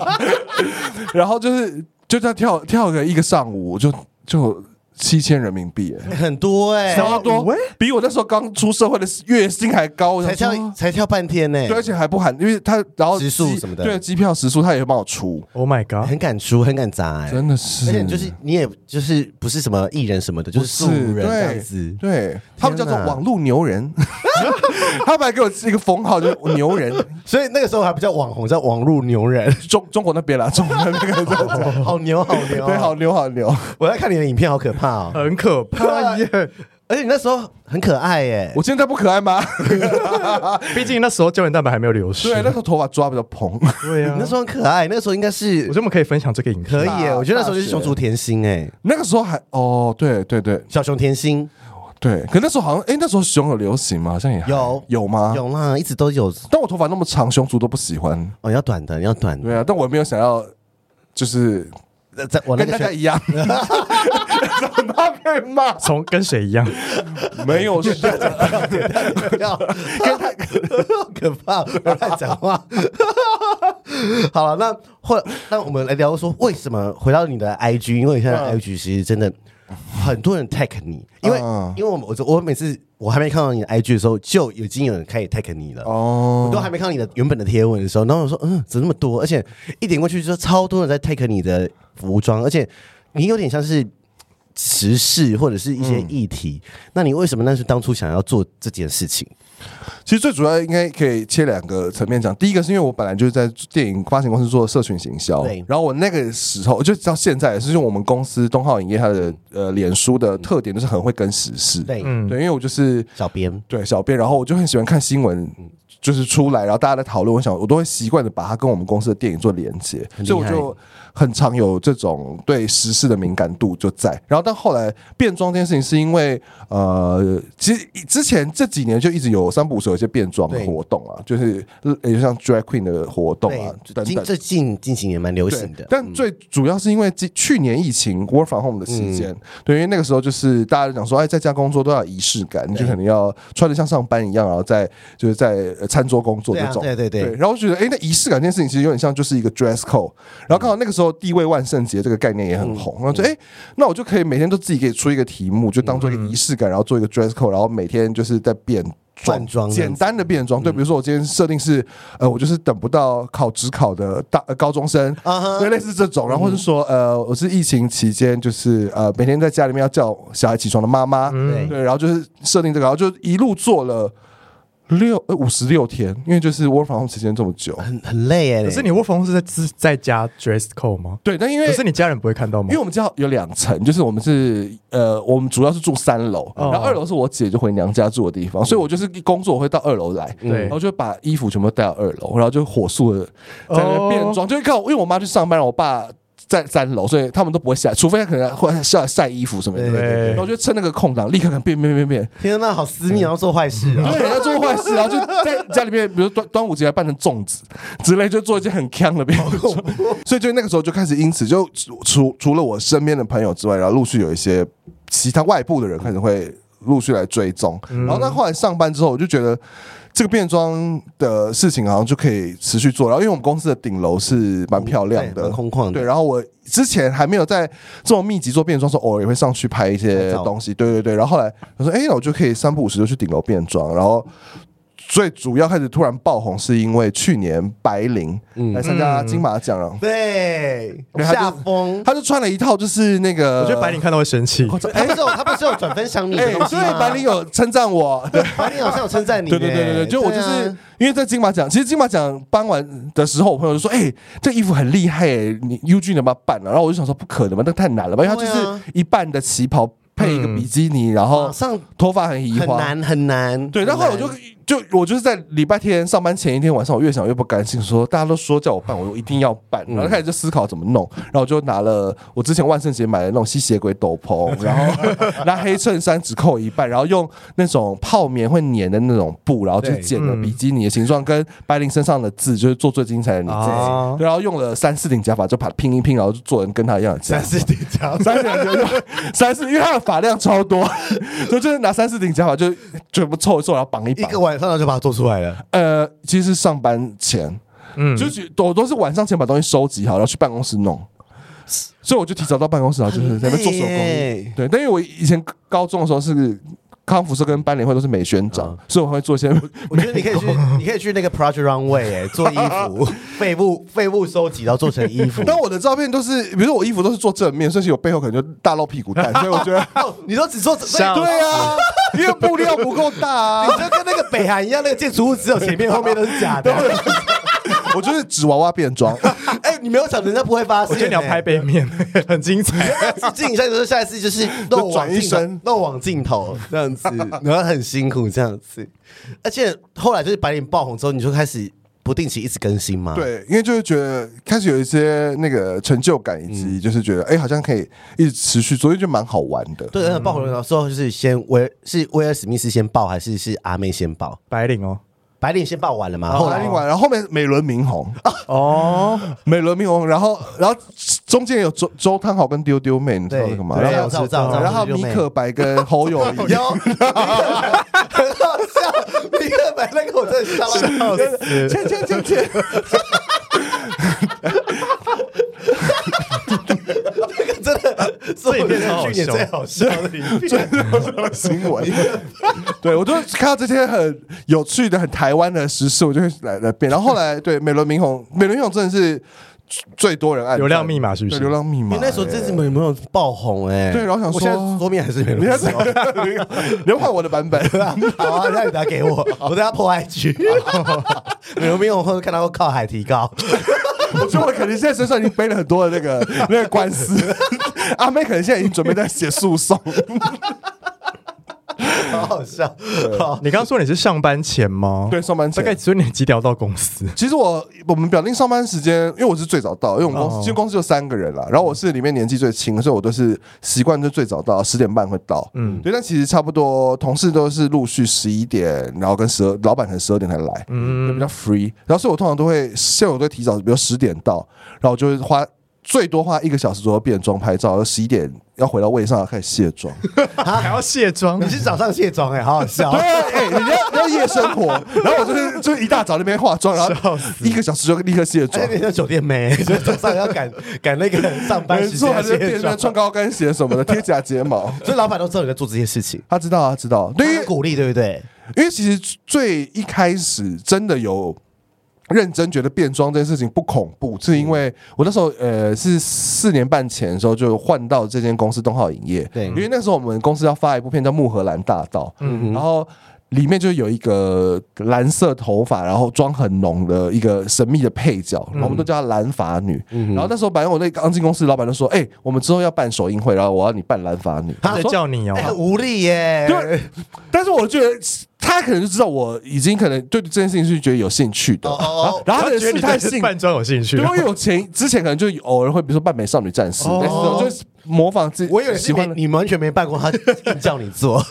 [SPEAKER 3] 然后就是就这样跳跳个一个上午，就就七千人民币，哎
[SPEAKER 2] 很多哎，
[SPEAKER 3] 超多，比我那时候刚出社会的月薪还高。我
[SPEAKER 2] 才
[SPEAKER 3] 想说
[SPEAKER 2] 跳才跳半天呢，
[SPEAKER 3] 对，而且还不含，因为他然后
[SPEAKER 2] 时速
[SPEAKER 3] 机
[SPEAKER 2] 什么的
[SPEAKER 3] 对，机票时速他也会帮我出，
[SPEAKER 1] Oh my god！
[SPEAKER 2] 很敢出，很敢砸哎，
[SPEAKER 3] 真的是，
[SPEAKER 2] 而且就是你也就是不是什么艺人什么的，就是素人这样子。
[SPEAKER 3] 对他们叫做
[SPEAKER 2] 天哪
[SPEAKER 3] 网路牛人， 他们还给我一个封号，就是牛人，
[SPEAKER 2] 所以那个时候还不叫网红，叫网路牛人，
[SPEAKER 3] 中中国那边啦，中国那边跟这样讲
[SPEAKER 2] 好牛好 牛。
[SPEAKER 3] 对，好，牛好牛。
[SPEAKER 2] 我在看你的影片，好可怕哦！
[SPEAKER 1] 很可怕耶！
[SPEAKER 2] 而且你那时候很可爱耶，
[SPEAKER 3] 我现在不可 爱吗？
[SPEAKER 1] 毕竟那时候胶原蛋白还没有流失。
[SPEAKER 3] 对，那时候头发抓比较蓬，
[SPEAKER 1] 对啊
[SPEAKER 2] 你那时候很可爱，那个时候应该
[SPEAKER 1] 我
[SPEAKER 2] 是
[SPEAKER 1] 觉得我们可以分享这个影片
[SPEAKER 2] 可以耶。
[SPEAKER 3] 大
[SPEAKER 2] 我觉得那时候就是
[SPEAKER 3] 大学
[SPEAKER 2] 熊出甜心哎，
[SPEAKER 3] 那个时候还哦，对对对，
[SPEAKER 2] 小熊甜心
[SPEAKER 3] 对，可那时候好像，哎、那时候熊有流行吗？好像也还
[SPEAKER 2] 有
[SPEAKER 3] 有吗？。
[SPEAKER 2] 有啦，一直都有。
[SPEAKER 3] 但我头发那么长，熊族都不喜欢。
[SPEAKER 2] 哦，要短的，要短的。
[SPEAKER 3] 对啊，但我也没有想要，就是
[SPEAKER 2] 呃在我那
[SPEAKER 3] 跟
[SPEAKER 2] 个学
[SPEAKER 3] 大家一 样， 怎么被骂？
[SPEAKER 1] 从跟谁一样？
[SPEAKER 3] 没有是，
[SPEAKER 2] 要跟他好可怕，不要乱讲话。 好了，那或那我们来聊说，为什么回到你的 IG？因为你现在的 IG 其实真的很多人 tag 你，因为、
[SPEAKER 3] 嗯
[SPEAKER 2] 因为我们我我每次我还没看到你的 IG 的时候，就已经有人开始 tag 你了。
[SPEAKER 3] 哦
[SPEAKER 2] 我都还没看到你的原本的贴文的时候，然后我说，嗯，怎么那么多？而且一点过去就超多人在 take 你的服装，而且你有点像是时事或者是一些
[SPEAKER 3] 嗯
[SPEAKER 2] 议题。那你为什么那是当初想要做这件事情？
[SPEAKER 3] 其实最主要应该可以切两个层面讲。第一个是因为我本来就是在电影发行公司做社群行销
[SPEAKER 2] 对，
[SPEAKER 3] 然后我那个时候就到现在也是用我们公司东浩影业它的呃脸书的特点就是很会跟时事，
[SPEAKER 2] 对，
[SPEAKER 1] 嗯，
[SPEAKER 3] 对，因为我就是
[SPEAKER 2] 小编
[SPEAKER 3] 对小编，然后我就很喜欢看新闻，就是出来，然后大家在讨论，我想我都会习惯的把它跟我们公司的电影做连接，
[SPEAKER 2] 很厉害
[SPEAKER 3] 所以我就很常有这种对时事的敏感度就在。然后到后来变装这件事情，是因为呃，其实之前这几年就一直有三不五时有一些变装的
[SPEAKER 2] 对
[SPEAKER 3] 活动啊，就是也就像 drag queen 的活动啊
[SPEAKER 2] 对，
[SPEAKER 3] 等
[SPEAKER 2] 近
[SPEAKER 3] 等。
[SPEAKER 2] 最近近几年蛮流
[SPEAKER 3] 对，
[SPEAKER 2] 行的，嗯
[SPEAKER 3] 但最主要是因为今去年疫情 work from home 的期
[SPEAKER 2] 嗯
[SPEAKER 3] 间，对，因为那个时候就是大家就讲说，哎，在家工作都要有仪式感，你就可能要穿的像上班一样，然后在就是在呃餐桌工作
[SPEAKER 2] 对
[SPEAKER 3] 这
[SPEAKER 2] 啊，
[SPEAKER 3] 种。
[SPEAKER 2] 对对对，
[SPEAKER 3] 然后我觉得，哎，那仪式感这件事情其实有点像就是一个 dress code。然后刚好那个时候地位万圣节这个概念也很
[SPEAKER 2] 嗯
[SPEAKER 3] 红，然后就哎，那我就可以每天都自己给出一个题目，就当做
[SPEAKER 2] 嗯
[SPEAKER 3] 一个仪式感，然后做一个 dress code，然后每天就是在变。
[SPEAKER 2] 换装这样
[SPEAKER 3] 简
[SPEAKER 2] 子
[SPEAKER 3] 单的变装，对，比如说我今天设定是，呃，我就是等不到考职考的大、呃、高中生，
[SPEAKER 2] 啊哈
[SPEAKER 3] 对，类似这种，然后或是说，呃，我是疫情期间，就是呃，每天在家里面要叫小孩起床的妈妈，
[SPEAKER 2] 对
[SPEAKER 3] 对，然后就是设定这个，然后就一路做了六呃五十六天，因为就是 work from home 时间这么久，
[SPEAKER 2] 很很累耶。
[SPEAKER 1] 可是你 work from home 是在自在家 dress code 吗？
[SPEAKER 3] 对，但因为
[SPEAKER 1] 可是你家人不会看到吗
[SPEAKER 3] 因为？我们家有两层，就是我们是呃，我们主要是住三楼，
[SPEAKER 1] 哦
[SPEAKER 3] 然后二楼是我姐就回娘家住的地方，所以我就是一工作我会到二楼来，
[SPEAKER 1] 对
[SPEAKER 3] 然后就把衣服全部带到二楼，然后就火速的在那边变装，就是看我，因为我妈去上班，然后我爸。在三楼，所以他们都不会下来，除非他可能会下来晒衣服什么的。
[SPEAKER 2] 对
[SPEAKER 3] 然后就趁那个空档，立刻变变变变，
[SPEAKER 2] 天哪，好私密，
[SPEAKER 3] 嗯
[SPEAKER 2] 然后做坏事 啊！
[SPEAKER 3] 对，要做坏事，然后就在家里面，比如端端午节还扮成粽子之类，就做一件很坑的变装。所以就那个时候就开始，因此就除除除了我身边的朋友之外，然后陆续有一些其他外部的人开始会陆续来追踪。然后但
[SPEAKER 2] 嗯
[SPEAKER 3] 后来上班之后，我就觉得。这个变装的事情好像就可以持续做，然后因为我们公司的顶楼是蛮漂亮
[SPEAKER 2] 哦对
[SPEAKER 3] 的，
[SPEAKER 2] 蛮空旷的
[SPEAKER 3] 对，然后我之前还没有在这么密集做变装的时候，偶尔也会上去拍一些东西。对对对，然后后来我说，哎，那我就可以三不五时就去顶楼变装。然后最主要开始突然爆红，是因为去年白灵来参加金马奖
[SPEAKER 2] 嗯
[SPEAKER 3] 了，
[SPEAKER 2] 对，
[SPEAKER 3] 对他就
[SPEAKER 2] 下风。
[SPEAKER 3] 他就穿了一套就是那个，
[SPEAKER 1] 我觉得白领看到会生 气，
[SPEAKER 2] 他不是有他不是有转分享你
[SPEAKER 3] 哎，
[SPEAKER 2] 的东西
[SPEAKER 3] 所以
[SPEAKER 2] 吗？
[SPEAKER 3] 白灵有称赞我， 对。
[SPEAKER 2] 白领好像有称赞你耶。
[SPEAKER 3] 对对对对对，就我就是、
[SPEAKER 2] 对啊
[SPEAKER 3] 因为在金马奖，其实金马奖颁完的时候，我朋友就说：“哎、这衣服很厉害、欸，你 U G 能不能办啊？”然后我就想说：“不可能吧，那太难了吧？”因为它就
[SPEAKER 2] 对
[SPEAKER 3] 是
[SPEAKER 2] 啊
[SPEAKER 3] 一半的旗袍配一个比基尼，然后
[SPEAKER 2] 马上
[SPEAKER 3] 头发很移
[SPEAKER 2] 很
[SPEAKER 3] 花，
[SPEAKER 2] 难很难。
[SPEAKER 3] 哦对，然后后来我就就我就是在礼拜天上班前一天晚上，我越想越不甘心，说大家都说叫我办，我一定要办，
[SPEAKER 2] 嗯
[SPEAKER 3] 然后开始就思考怎么弄，然后我就拿了我之前万圣节买的那种吸血鬼斗篷，然后 拿黑衬衫只扣一半，然后用那种泡棉会粘的那种布，然后去
[SPEAKER 2] 对
[SPEAKER 3] 剪了
[SPEAKER 1] 嗯
[SPEAKER 3] 比基尼的形状跟白灵身上的字，就是做最精彩的你自己。
[SPEAKER 1] 啊
[SPEAKER 3] 对然后用了三四顶假发，就把它拼一拼，然后就做成跟他一样的假发
[SPEAKER 2] 三。四点讲，
[SPEAKER 3] 三四顶就三四，因为它的发量超多， 所以就是拿三四顶假发就全部凑一凑，然后绑一
[SPEAKER 2] 一
[SPEAKER 3] 绑
[SPEAKER 2] 个。晚上就把它做出来 了。
[SPEAKER 3] 呃，其实是上班前，
[SPEAKER 1] 嗯，
[SPEAKER 3] 就是我都是晚上前把东西收集好，然后去办公室弄。所以我就提早到办公室，然后就是在那边做手
[SPEAKER 2] 很
[SPEAKER 3] 工。
[SPEAKER 2] 累耶
[SPEAKER 3] 对，但因为我以前高中的时候是康复社跟班联会都是美宣长
[SPEAKER 2] 嗯，
[SPEAKER 3] 所以我会做一些
[SPEAKER 2] 我觉得你可以去，你可以去那个 Project Runway 哎，做衣 服，废物废物收集，然后做成衣服。
[SPEAKER 3] 但我的照片都是，比如说我衣服都是做正面，所以其实我背后可能就大露屁股蛋，所以我觉得
[SPEAKER 2] 哦你都只做，对
[SPEAKER 1] 像
[SPEAKER 3] 对啊，因为布料不够大啊。
[SPEAKER 2] 你就跟那个北韩一样，那个建筑物只有前面后面都是假的。
[SPEAKER 3] 我就是纸娃娃变装，
[SPEAKER 2] 哎，你没有想，人家不会发
[SPEAKER 1] 我
[SPEAKER 2] 现。哎
[SPEAKER 1] 觉得你要拍背面， 很精彩。
[SPEAKER 2] 致敬一下，就是下一次就是漏网
[SPEAKER 3] 转一
[SPEAKER 2] 镜头
[SPEAKER 3] 身
[SPEAKER 2] 漏网镜头这样子，然后很辛苦这样子。而且后来就是白领爆红之后，你就开始不定期一直更新嘛。，
[SPEAKER 3] 对，因为就是觉得开始有一些那个成就感，以及就是觉得哎、好像可以一直持续做，因为就蛮好玩的。
[SPEAKER 2] 对，而且爆红的时候就是先威尔是威尔史密斯先爆还是是阿妹先爆？
[SPEAKER 1] 白领哦，
[SPEAKER 2] 白领先爆完了嘛？
[SPEAKER 3] 后
[SPEAKER 2] 后
[SPEAKER 3] 来
[SPEAKER 2] 来
[SPEAKER 3] 另外，然后后面美轮明宏，啊
[SPEAKER 1] 哦，
[SPEAKER 3] 美轮明宏，然后然后中间有周周汤豪跟丢丢妹，你知道那个吗？
[SPEAKER 2] 对
[SPEAKER 3] 然
[SPEAKER 2] 我
[SPEAKER 3] 后
[SPEAKER 2] 知道我知道我知道
[SPEAKER 3] 然后
[SPEAKER 2] 丢
[SPEAKER 3] 米
[SPEAKER 2] 丢妹
[SPEAKER 3] 可白跟侯友 谊，
[SPEAKER 2] 有很好笑，你看买那个我真的笑到死。
[SPEAKER 3] 切切切切，
[SPEAKER 2] 这个真的是我
[SPEAKER 1] 这影片超好
[SPEAKER 2] 去年
[SPEAKER 1] 笑
[SPEAKER 2] 最好笑的影片。
[SPEAKER 3] 新闻。对我就看到这些很有趣的、很台湾的时事，我就会来来变。然后后来对美轮明宏，美轮明宏真的是最多人爱
[SPEAKER 1] 流量密码是不是
[SPEAKER 3] 流量密码
[SPEAKER 2] 你。那时候真是没有没有爆红哎、
[SPEAKER 3] 对然后想
[SPEAKER 2] 我现
[SPEAKER 3] 说
[SPEAKER 2] 在桌面还是没
[SPEAKER 3] 你
[SPEAKER 2] 人
[SPEAKER 3] 要
[SPEAKER 2] 知道。
[SPEAKER 3] 你要换我的版 本，
[SPEAKER 2] 好啊，那你打给我，我等下破 IG。没有没有，我会看到靠海提高，
[SPEAKER 3] 我觉得我可能现在身上已经背了很多的那个那个官 司，阿妹可能现在已经准备在写诉讼。
[SPEAKER 2] 好好笑。好，
[SPEAKER 1] 你刚刚说你是上班前吗？
[SPEAKER 3] 对，，上班
[SPEAKER 1] 大
[SPEAKER 3] 前
[SPEAKER 1] 概所以你几点要到公司？
[SPEAKER 3] 其实我我们表定上班时间，因为我是最早到，因为我们公司、
[SPEAKER 1] 哦
[SPEAKER 3] 其实公司就三个人啦，然后我是里面年纪最轻，所以我都是习惯就最早到，十点半会到。嗯，对，但其实差不多同事都是陆续十一点，然后跟十二老板可能十二点才来，嗯，就比较 free。然后所以我通常都会，像我都会提早，比如十点到，然后我就会花。最多花一个小时左右变装拍照，然后十一点要回到位上开始卸妆。啊
[SPEAKER 1] 还要卸妆
[SPEAKER 2] 你？是早上卸妆哎、好好笑
[SPEAKER 3] 对，。哎、人家人家夜生活，然后我就是就一大早那边化妆，然后一个小时就立刻卸妆
[SPEAKER 2] 而。哎且你是酒店妹，就早上要赶赶那个上班
[SPEAKER 3] 没
[SPEAKER 2] 时
[SPEAKER 3] 错，
[SPEAKER 2] 间
[SPEAKER 3] 还是变
[SPEAKER 2] 卸
[SPEAKER 3] 成
[SPEAKER 2] 妆，
[SPEAKER 3] 穿高跟鞋什么的，贴假睫毛。
[SPEAKER 2] 所以老板都知道你在做这些事情，
[SPEAKER 3] 他知道啊，他知道。对，因
[SPEAKER 2] 很
[SPEAKER 3] 为
[SPEAKER 2] 鼓励对不对？
[SPEAKER 3] 因为其实最一开始真的有认真觉得变装这件事情不恐怖，是因为我那时候呃是四年半前的时候就换到这间公司东浩影业，
[SPEAKER 2] 对
[SPEAKER 3] 因为那时候我们公司要发一部片叫《木荷兰大道》，然后。里面就有一个蓝色头发，然后妆很浓的一个神秘的配角，然后我们都叫她蓝发女。然后那时候，反正我那刚进公司，老板就说：“哎、我们之后要办首映会，然后我要你扮蓝发女。”
[SPEAKER 2] 哎
[SPEAKER 1] 在叫你哦
[SPEAKER 2] 哎，。很无力耶、
[SPEAKER 3] 对，但是我觉得他可能就知道我已经可能对这件事情是觉得有兴趣的，
[SPEAKER 2] 哦
[SPEAKER 3] 然
[SPEAKER 1] 他
[SPEAKER 3] 后他可能
[SPEAKER 1] 觉得
[SPEAKER 3] 是
[SPEAKER 1] 你
[SPEAKER 3] 太
[SPEAKER 1] 对
[SPEAKER 3] 兴
[SPEAKER 1] 扮装有兴趣
[SPEAKER 3] 对，
[SPEAKER 1] 啊，
[SPEAKER 3] 因为我前之前可能就偶尔会，比如说扮美少女战士，
[SPEAKER 2] 哦
[SPEAKER 3] 类似这种就是模仿自己
[SPEAKER 2] 我以为是
[SPEAKER 3] 喜
[SPEAKER 2] 没
[SPEAKER 3] 欢的，
[SPEAKER 2] 你完全没办过，他硬叫你做，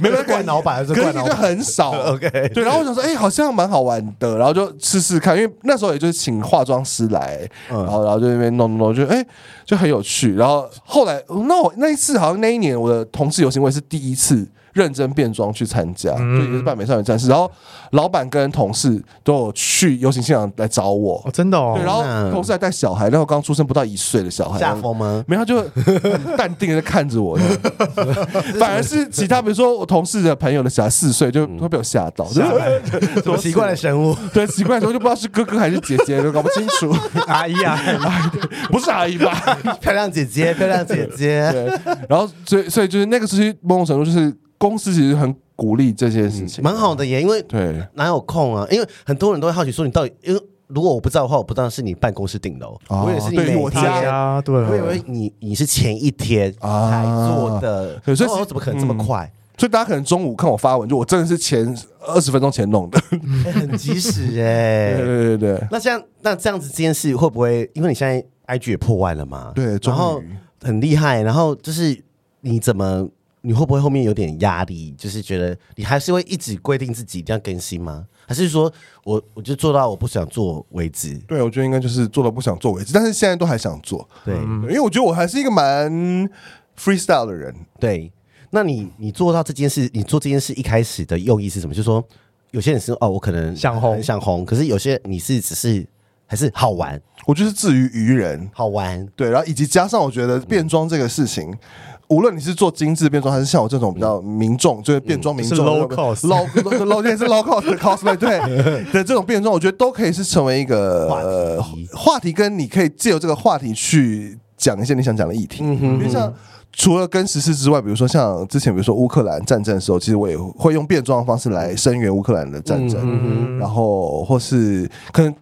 [SPEAKER 3] 没有
[SPEAKER 2] 怪老板，
[SPEAKER 3] 可
[SPEAKER 2] 是怪
[SPEAKER 3] 是
[SPEAKER 2] 老
[SPEAKER 3] 就
[SPEAKER 2] 板。
[SPEAKER 3] 很少 OK。对，然后我想说，哎，好像蛮好玩的，然后就试试看，因为那时候也就是请化妆师来，
[SPEAKER 2] 嗯
[SPEAKER 3] 然后然后就在那边弄弄弄，就哎就很有趣。然后后来那我那一次好像那一年我的同志游行，我也是第一次。认真变装去参加，
[SPEAKER 2] 嗯
[SPEAKER 3] 就也是扮美少女战士，然后老板跟同事都有去游行现场来找我，
[SPEAKER 1] 哦，真的哦
[SPEAKER 3] 对，，然后
[SPEAKER 2] 那
[SPEAKER 3] 同事还带小孩，然后刚出生不到一岁的小孩，
[SPEAKER 2] 下风吗？
[SPEAKER 3] 没有，他 就很淡定的看着我， 反而是其他比如说我同事的朋友的小孩四岁，就会被我嗯吓到，就
[SPEAKER 2] 什么奇怪的生物？
[SPEAKER 3] 对奇怪的时候就不知道是哥哥还是姐姐，就搞不清楚，
[SPEAKER 1] 阿姨啊，
[SPEAKER 3] 不是阿姨 吧？
[SPEAKER 2] 漂亮姐姐，漂亮姐姐，
[SPEAKER 3] 对，然后所以所以就是那个时期某种程度就是公司其实很鼓励这件事情，
[SPEAKER 2] 蛮好的耶。因为
[SPEAKER 3] 对。
[SPEAKER 2] 哪有空啊？因为很多人都会好奇说，你到底因为如果我不知道的话，我不知道是你办公室顶楼，
[SPEAKER 3] 哦
[SPEAKER 2] 我以为是你
[SPEAKER 3] 对
[SPEAKER 2] 每
[SPEAKER 3] 我
[SPEAKER 2] 天
[SPEAKER 3] 家
[SPEAKER 1] 对啊，对，
[SPEAKER 2] 我以为你你是前一天才做的，
[SPEAKER 3] 对所以嗯
[SPEAKER 2] 那我怎么可能这么快？
[SPEAKER 3] 所以大家可能中午看我发文，就我真的是前二十分钟前弄的。
[SPEAKER 2] 哎很及时哎、
[SPEAKER 3] 对对对对
[SPEAKER 2] 那这样那这样子这件事会不会，因为你现在 IG 也破万了嘛？
[SPEAKER 3] 对，终
[SPEAKER 2] 然后
[SPEAKER 3] 于
[SPEAKER 2] 很厉害，然后就是你怎么？你会不会后面有点压力？就是觉得你还是会一直规定自己一定要更新吗？还是说我我就做到我不想做为止？
[SPEAKER 3] 对，我觉得应该就是做到不想做为止，但是现在都还想做，
[SPEAKER 2] 对、
[SPEAKER 3] 对因为我觉得我还是一个蛮 freestyle 的人。
[SPEAKER 2] 对，那你你做到这件事，你做这件事一开始的用意是什么？就是说有些人是哦，我可能
[SPEAKER 1] 想红
[SPEAKER 2] 很想红，可是有些你是只是还是好玩，
[SPEAKER 3] 我就是自娱于人，
[SPEAKER 2] 好玩。
[SPEAKER 3] 对，然后以及加上我觉得变装这个事情，无论你是做精致变装，还是像我这种比较民众，就是变装民众、
[SPEAKER 1] 是 low
[SPEAKER 3] 对
[SPEAKER 1] cost
[SPEAKER 3] low low 也是 low cost 的 cosplay，对的这种变装，我觉得都可以是成为一个
[SPEAKER 2] 话题
[SPEAKER 3] 呃话题，跟你可以借由这个话题去讲一些你想讲的议题，因为像。除了跟时事之外，比如说像之前，比如说乌克兰战争的时候，其实我也会用变装的方式来声援乌克兰的战争，然后或是可能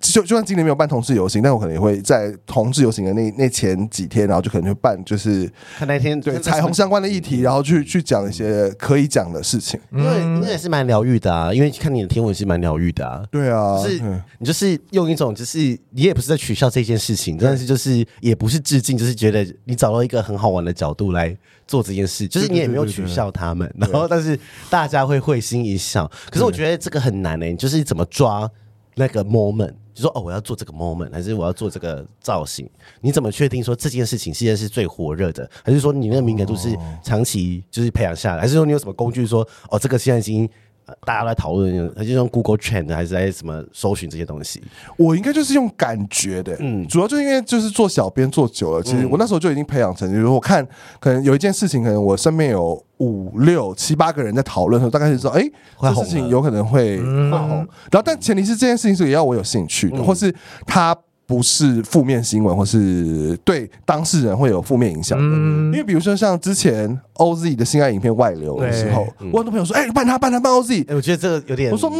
[SPEAKER 3] 就就算今年没有办同志游行，但我可能也会在同志游行的那那前几天，然后就可能就办就是嗯
[SPEAKER 2] 看那天
[SPEAKER 3] 对彩虹，相关的议题，然后去去讲一些可以讲的事情。
[SPEAKER 2] 因为因为也是蛮疗愈的啊，因为看你的天文是蛮疗愈的啊。
[SPEAKER 3] 对啊，
[SPEAKER 2] 就是
[SPEAKER 3] 嗯
[SPEAKER 2] 你就是用一种就是你也不是在取笑这件事情，但是就是也不是致敬，就是觉得你找到一个很好玩的角度来做这件事，就是你也没有取笑他们，然后但是大家会会心一笑。可是我觉得这个很难呢、欸你就是怎么抓那个 moment。就说哦，我要做这个 moment，还是我要做这个造型？你怎么确定说这件事情现在是最火热的？还是说你那个敏感度是
[SPEAKER 3] 哦
[SPEAKER 2] 长期就是培养下来？还是说你有什么工具说哦，这个现在已经呃大家都在讨论，还是用 Google Trend 还是在什么搜寻这些东西？
[SPEAKER 3] 我应该就是用感觉的，嗯，主要就是因为就是做小编做久了，其
[SPEAKER 2] 嗯
[SPEAKER 3] 实我那时候就已经培养成，就是我看可能有一件事情，可能我身边有五六七八个人在讨论的时候，大概就知道，哎、
[SPEAKER 2] 会
[SPEAKER 3] 这
[SPEAKER 2] 红
[SPEAKER 3] 事
[SPEAKER 2] 了嗯
[SPEAKER 3] 情有可能会会红。然后，但前提是这件事情是也要我有兴趣的，或是它不是负面新闻，或是对当事人会有负面影响的。
[SPEAKER 2] 嗯
[SPEAKER 3] 因为比如说像之前 OZ 的性爱影片外流的时候，我很多朋友说，哎、你办他办他办 OZ，
[SPEAKER 2] 哎、我觉得这个有点，
[SPEAKER 3] 我说